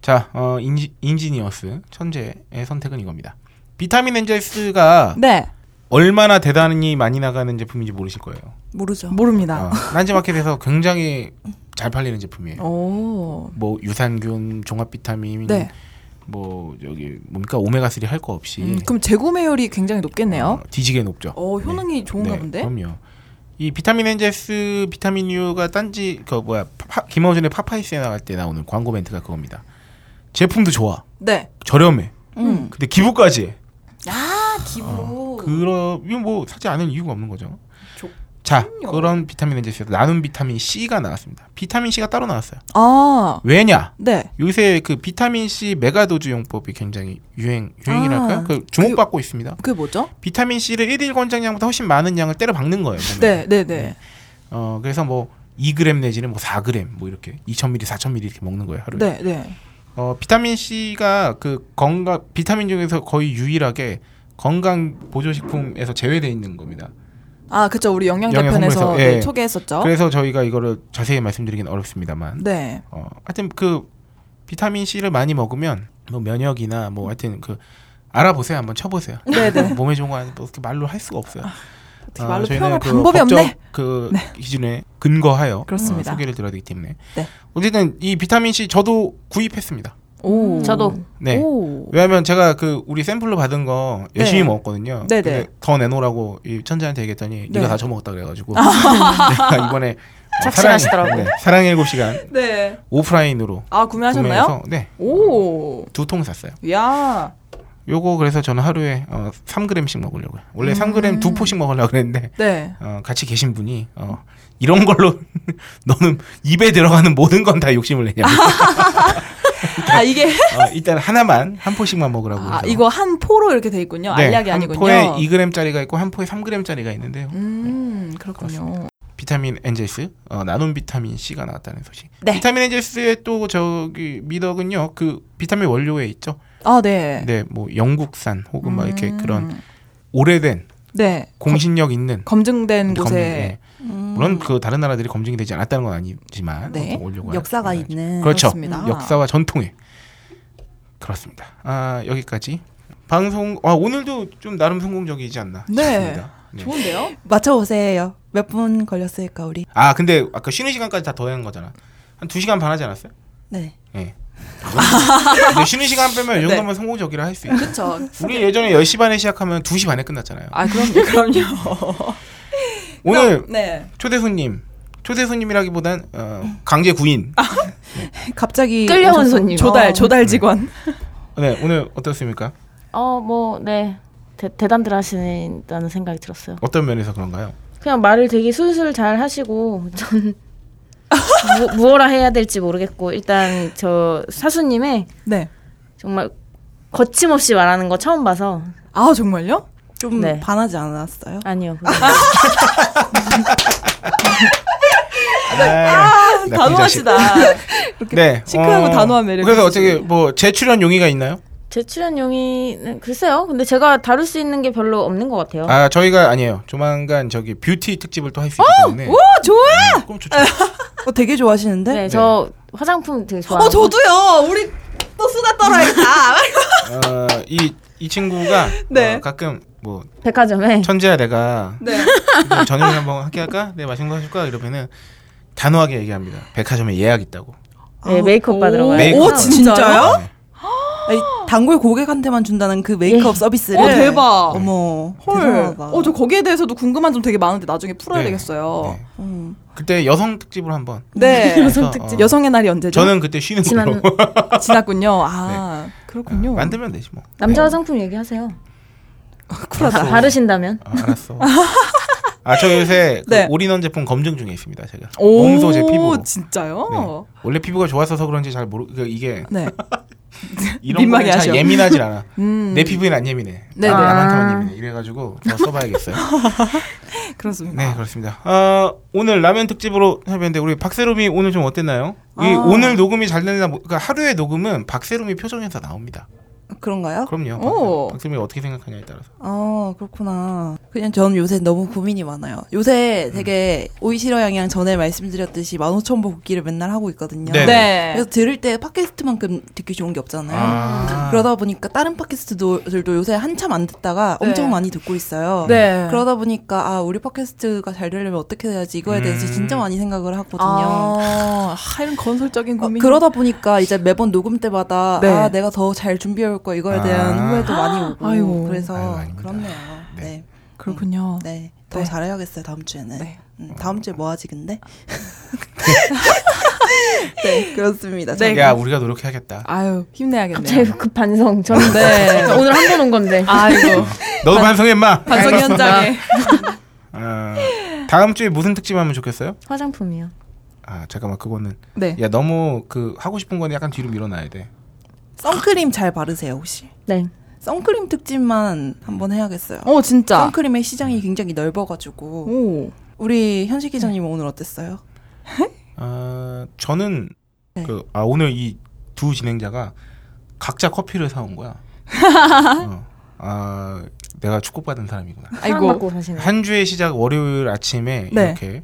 자, 어, 인지, 인지니어스 천재의 선택은 이겁니다. 비타민 엔젤스가
네.
얼마나 대단히 많이 나가는 제품인지 모르실 거예요.
모르죠.
모릅니다.
어, 딴지마켓에서 굉장히 잘 팔리는 제품이에요.
오.
뭐 유산균, 종합 비타민,
어. 네.
뭐 여기 뭡니까 오메가 3 할 거 없이
음, 그럼 재구매율이 굉장히 높겠네요.
어, 뒤지게 높죠.
어, 효능이 좋은가 본데?
네. 그럼요. 이 비타민 엔젤스 비타민 U가 딴지 그 뭐야 파, 김어준의 파파이스에 나갈 때 나오는 광고 멘트가 그겁니다. 제품도 좋아,
네.
저렴해,
음.
근데 기부까지 해. 어.
아, 기부.
그러면 뭐 사지 않을 이유가 없는 거죠.
좋군요.
자, 그런 비타민 엔젤스 나눔 비타민 C가 나왔습니다. 비타민 C가 따로 나왔어요.
아.
왜냐?
네.
요새 그 비타민 C 메가도즈 용법이 굉장히 유행 유행이랄까
아.
요그 주목받고 있습니다.
그게 뭐죠?
비타민 C를 1일 권장량보다 훨씬 많은 양을 때려 박는 거예요. 몸에.
네, 네, 네.
어 그래서 뭐 2g 내지는 뭐 4g 뭐 이렇게 2,000ml, 4,000ml 이렇게 먹는 거예요 하루에.
네, 네.
어 비타민 C가 그 건강 비타민 중에서 거의 유일하게 건강 보조식품에서 제외돼 있는 겁니다.
아, 그쵸. 우리 영양제
영양
편에서
선물에서,
네,
예.
소개했었죠.
그래서 저희가 이거를 자세히 말씀드리긴 어렵습니다만,
네.
어 하여튼 그 비타민 C를 많이 먹으면 뭐 면역이나 뭐 하여튼 그 알아보세요 한번 쳐보세요.
네네.
몸에 좋은 거 아니 뭐 어떻게 말로 할 수가 없어요. 아,
어떻게 말로
저희는
표현할 방법이
법적
없네.
그 기준에 근거하여
그렇습니다.
어, 소개를 드려야 되기 때문에.
네.
어쨌든 이 비타민 C 저도 구입했습니다.
오.
저도
네.
오.
왜냐하면 제가 그 우리 샘플로 받은 거 열심히 먹었거든요.
네네.
근데 더 내놓으라고 이 천재한테 얘기했더니
네. 아.
네가 다 처먹었다 그래가지고 내가 이번에 어,
착실하시더라고요.
사랑의- 네, 사랑의 일곱 시간
네. 오프라인으로
오프라인으로
아, 구매하셨나요?
구매해서 네,
오.
네두 통 샀어요.
야.
요거 그래서 저는 하루에 어, 3g씩 먹으려고요. 원래 3g
음.
두 포씩 먹으려고 그랬는데
네.
어, 같이 계신 분이 어, 이런 걸로 너는 입에 들어가는 모든 건 다 욕심을 내냐.
아, 이게
어, 일단 하나만 한 포씩만 먹으라고.
아,
해서.
이거 한 포로 이렇게 돼 있군요.
네,
알약이
한
아니군요.
포에 2g짜리가 있고 한 포에 3g짜리가 있는데요.
음, 그렇군요.
비타민 엔젤스 어, 나눔 비타민 C가 나왔다는 소식.
네.
비타민 엔젤스의 또 저기 미덕은요. 그 비타민 원료에 있죠.
아, 네.
네, 뭐 영국산 혹은 막 이렇게
음.
그런 오래된
네.
공신력 있는
검증된
검-
곳에
예. 물론 그 다른 나라들이 검증이 되지 않았다는 건 아니지만
네.
보통 원료가
역사가
있는
있는.
그렇죠.
그렇습니다.
역사와 전통에 그렇습니다. 아 여기까지 방송 아 오늘도 좀 나름 성공적이지 않나
네.
싶습니다. 네.
좋은데요?
맞춰보세요. 몇 분 걸렸을까 우리?
아 근데 아까 쉬는 시간까지 다 더한 거잖아. 한 두 시간 반 하지 않았어요?
네.
예. 근데 쉬는 시간
네.
빼면 이 정도면 성공적이라 할 수 있어.
그렇죠.
우리 예전에 10시 반에 시작하면 2시 반에 끝났잖아요.
아, 그럼요. 그럼요.
오늘
네.
초대 손님, 초대 손님이라기보단 어, 강제 구인.
아.
갑자기
끌려온
오셔서-
손님.
아,
조달 조달 직원.
네, 오늘 어떻습니까?
어뭐네 대단들 하시다는 생각이 들었어요.
어떤 면에서 그런가요?
그냥 말을 되게 술술 잘 하시고 전 무, 무엇라 해야 될지 모르겠고 일단 저 사수님의
네.
정말 거침없이 말하는 거 처음 봐서
아, 정말요? 음,
좀
네.
반하지 않았어요?
아니요.
아,
네. 단호하시다.
네.
시크하고 단호한 매력이
그래서
있으시네요.
어떻게 뭐 재출연 용의가 있나요?
제 출연 용의는 글쎄요. 근데 제가 다룰 수 있는 게 별로 없는 것
어.
같아요.
아 저희가 아니에요. 조만간 저기 뷰티 특집을 또 할 수 있기 때문에. 음,
오, 어? 좋아요.
그럼 좋죠.
어, 되게 좋아하시는데?
네, 저 화장품 되게 좋아해요.
어, 저도요. 우리 또 수다 아, 떨어야겠다.
어, 이, 이 친구가
네.
어, 가끔 뭐
백화점에
천재야 내가
네.
뭐 저녁에 한번 함께 할까? 내 맛있는 거 해줄까? 이러면은 단호하게 얘기합니다. 백화점에 예약 있다고.
네, 메이크업 받으러 가요.
메이크업.
오, 어, 진짜요?
네.
아니, 단골 고객한테만 준다는 그 메이크업 서비스를.
네.
어, 대박.
어머.
헐.
대단하다.
어, 저 거기에 대해서도 궁금한 점 되게 많은데 나중에 풀어야
네.
되겠어요.
네.
음.
그때 여성 특집으로 한번.
네.
여성 특집.
여성의 날이 언제죠?
저는 그때 쉬는 걸로
지난-
지났군요. 아, 그렇군요.
만들면 되지 뭐.
남자 화장품 얘기하세요.
쿨하다.
바르신다면
아, 알았어. 아 저 요새 그
네.
올인원 제품 검증 중에 있습니다. 제가
오,
몸소 제 피부.
진짜요?
네. 원래 피부가 좋았어서 그런지 잘 모르. 그 이게
네.
이런 거에 잘
민망해하셔.
예민하진 않아.
음.
내 피부엔 안 예민해.
네네.
아, 나한테만 예민해. 이래가지고 더 써봐야겠어요.
그렇습니다.
네 그렇습니다. 아, 오늘 라면 특집으로 해봤는데 우리 박세롬이 오늘 좀 어땠나요?
아.
이 오늘 녹음이 잘 됐나? 모- 그러니까 하루의 녹음은 박세롬이 표정에서 나옵니다.
그런가요?
그럼요.
오.
박- 박세롬이 어떻게 생각하냐에 따라서.
아 그렇구나. 그냥 저는 요새 너무 고민이 많아요. 요새 되게 오이시러 양양 전에 말씀드렸듯이 15,000보 걷기를 맨날 하고 있거든요.
네.
네.
그래서 들을 때 팟캐스트만큼 듣기 좋은 게 없잖아요. 그러다 보니까 다른 팟캐스트들도 요새 한참 안 듣다가
네.
엄청 많이 듣고 있어요.
네.
그러다 보니까 아 우리 팟캐스트가 잘 되려면 어떻게 해야지 이거에 대해서
음.
진짜 많이 생각을 하거든요.
아, 하, 이런 건설적인
어,
고민.
그러다 보니까 이제 매번 녹음 때마다
네.
아 내가 더 잘 준비해 올 거야 이거에 대한
아.
후회도 많이 오고
아유.
그래서
아유, 아닙니다.
그렇네요.
네.
네.
그렇군요.
네. 더
네.
잘해야겠어요 다음 주에는.
네.
음, 다음 주에 뭐 하지 근데? 네 그렇습니다.
네.
야 우리가 노력해야겠다.
아유,
갑자기
힘내야겠네요.
급 반성. 저는
네.
오늘 한 번 온 건데.
아이고.
너도 반성해 마.
반성 현장에.
아, 다음 주에 무슨 특집 하면 좋겠어요?
화장품이요.
아 잠깐만 그거는
네.
야 너무 그 하고 싶은 거는 약간 뒤로 밀어놔야 돼.
선크림 잘 바르세요 혹시?
네.
선크림 특집만 한번 해야겠어요.
어, 진짜.
선크림의 시장이 굉장히 넓어가지고
오.
우리 현식 기자님 은 오늘 어땠어요?
아 저는
네.
그 아 오늘 이 두 진행자가 각자 커피를 사온 거야. 어. 아 내가 축복받은 사람이구나.
사랑
아이고.
받고 사시네.
한 주의 시작 월요일 아침에
네.
이렇게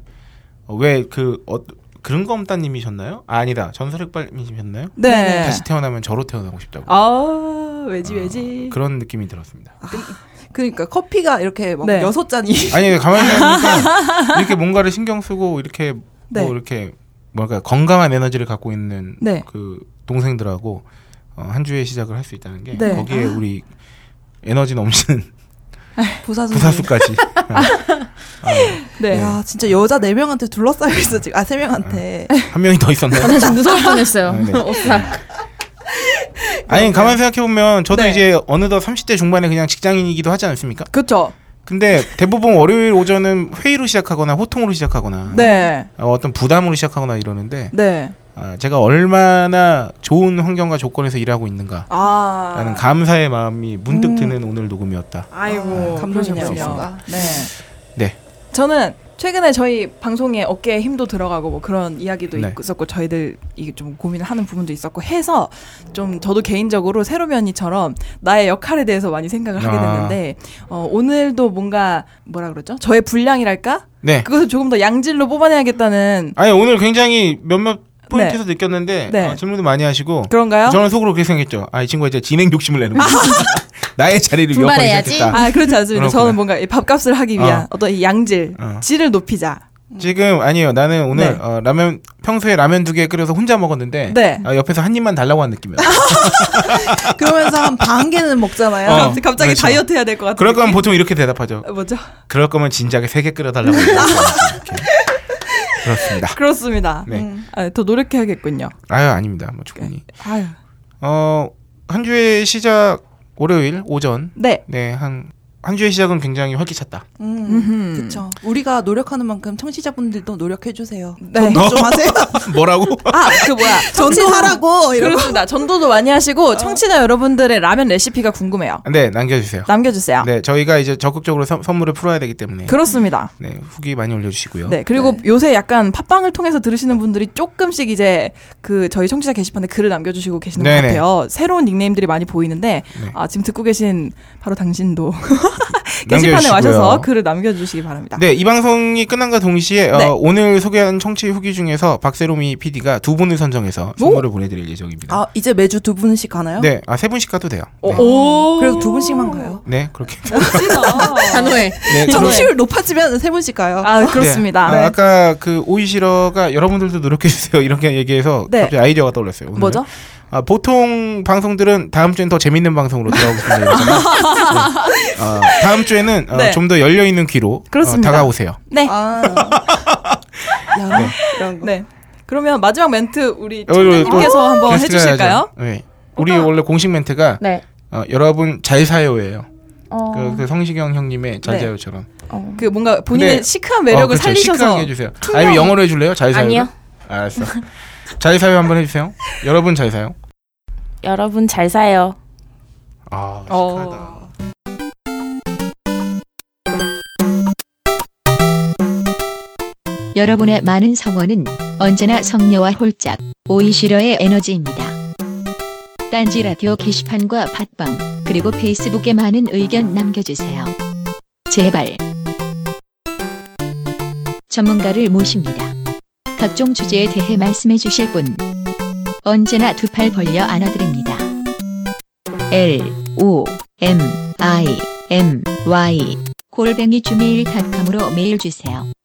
왜 그 어, 그런 거 엄따님이셨나요? 아, 아니다 전설흑발님이셨나요?
네.
다시 태어나면 저로 태어나고 싶다고
아, 왜지, 왜지.
그런 느낌이 들었습니다.
그러니까 커피가 이렇게 막
네.
여섯 잔이
아니 가만히 생각해보니까 이렇게 뭔가를 신경 쓰고 이렇게
네.
뭐 이렇게 뭐랄까 건강한 에너지를 갖고 있는
네.
그 동생들하고 어, 한 주의 시작을 할 수 있다는 게
네.
거기에 우리 에너지 넘치는
부사수.
부사수까지 어, 어,
네.
야 진짜 여자 네 명한테 둘러싸여 있어 지금 아세 명한테
한 명이 더 있었나요?
진짜 무서울 뻔했어요.
아, 네.
오싹.
아니 가만히 생각해 보면 저도
네.
이제 어느덧 30대 중반에 그냥 직장인이기도 하지 않습니까?
그쵸.
근데 대부분 월요일 오전은 회의로 시작하거나 호통으로 시작하거나
네.
어, 어떤 부담으로 시작하거나 이러는데
네.
아, 제가 얼마나 좋은 환경과 조건에서 일하고 있는가라는
아.
감사의 마음이 문득 드는 오늘 녹음이었다.
아이고.
감동이네요.
그러셨군요. 네.
네.
저는 최근에 저희 방송에 어깨에 힘도 들어가고 뭐 그런 이야기도
네.
있었고 저희들 이게 좀 고민을 하는 부분도 있었고 해서 좀 저도 개인적으로 새로미 언니처럼 나의 역할에 대해서 많이 생각을 하게
아.
됐는데 어, 오늘도 뭔가 뭐라 그러죠? 저의 분량이랄까?
네.
그것을 조금 더 양질로 뽑아내야겠다는
아니 오늘 굉장히 몇몇 포인트에서 느꼈는데
네.
어, 질문도 많이 하시고
그런가요?
저는 속으로 그렇게 생각했죠. 아 이 친구가 이제 진행 욕심을 내는 거야. 나의 자리를 위협하기
분발해야지.
시작했다.
아 그렇지 않습니다.
그렇구나.
저는 뭔가 이 밥값을 하기 위한
어.
어. 떤이 양질,
어.
질을 높이자.
지금 아니에요. 나는 오늘
네.
어, 라면 평소에 라면 두 개 끓여서 혼자 먹었는데
네. 아,
아, 옆에서 한 입만 달라고 한 느낌이야.
그러면서 한 반 개는 먹잖아요.
어.
갑자기, 갑자기
그렇죠.
다이어트 해야 될 것 같아요.
그럴 거면 보통 이렇게 대답하죠.
뭐죠?
그럴 거면 진작에 세 개
아.
끓여달라고. 얘기하고 이렇게. 그렇습니다.
그렇습니다.
네.
아, 더 노력해야겠군요.
아유 아닙니다. 뭐 충분히.
아유.
어한 주의 시작 월요일 오전
네.
네한한 주의 시작은 굉장히 활기찼다.
음,
음흠.
그렇죠. 우리가 노력하는 만큼 청취자분들도 노력해 주세요.
네.
전도 좀 하세요.
뭐라고?
아, 그 뭐야.
전도하라고 이런.
그렇습니다. 전도도 많이 하시고
아.
청취자 여러분들의 라면 레시피가 궁금해요.
네 남겨주세요.
남겨주세요.
네 저희가 이제 적극적으로 선- 선물을 풀어야 되기 때문에
그렇습니다.
네 후기 많이 올려주시고요.
네 그리고 요새 약간 팟빵을 통해서 들으시는 분들이 조금씩 이제 그 저희 청취자 게시판에 글을 남겨주시고 계시는
네네.
것 같아요. 새로운 닉네임들이 많이 보이는데
네.
아 지금 듣고 계신 바로 당신도 게시판에
남겨주시고요.
와셔서 글을 남겨주시기 바랍니다.
네, 이 방송이 끝난과 동시에 어,
네.
오늘 소개한 청취 후기 중에서 박세롬이 PD가 두 분을 선정해서 선물을 보내드릴 예정입니다.
아 이제 매주 두 분씩 가나요?
네, 아 세 분씩 가도 돼요. 네,
오,
그래도 두 분씩만 가요.
네, 그렇게.
어. 단호해.
네, 그럼-
청취율 높아지면 세 분씩 가요.
아 그렇습니다.
네. 아, 까그 오이시러가 여러분들도 노력해 주세요 이렇게 얘기해서
네.
갑자기 아이디어가 떠올랐어요. 오늘.
뭐죠?
아, 보통 방송들은 다음 주엔 더 재밌는 방송으로 돌아오겠습니다. 이러잖아요. 네. 아, 다음 주에는
네.
좀 더 열려 있는 귀로 어,
그렇습니다.
다가오세요.
네.
아. 야,
네.
이런 거.
네. 그러면 마지막 멘트 우리
어, 우리 또
청장님께서 한번
게스트가
뭐 해주실까요?
해야죠. 네. 우리 원래 공식 멘트가
네.
어, 여러분 잘 사요예요.
어.
그, 그 성시경 형님의
네.
자자요처럼
그 뭔가 본인의
근데-
시크한 매력을
어, 그렇죠.
살리셔서
시크하게 해주세요. 아니면 영어로 해줄래요? 잘 사요.
아니요.
알았어. 잘 사요 한번 해주세요. 여러분 잘 사요.
여러분 잘 사요.
아, 축하하다.
어.
여러분의 많은 성원은 언제나 성녀와 홀짝 오이시러의 에너지입니다. 딴지 라디오 게시판과 팟빵 그리고 페이스북에 많은 의견 남겨주세요. 제발. 전문가를 모십니다. 각종 주제에 대해 말씀해 주실 분 언제나 두 팔 벌려 안아드립니다. L O M I M Y 골뱅이 주메일닷컴으로 메일 주세요.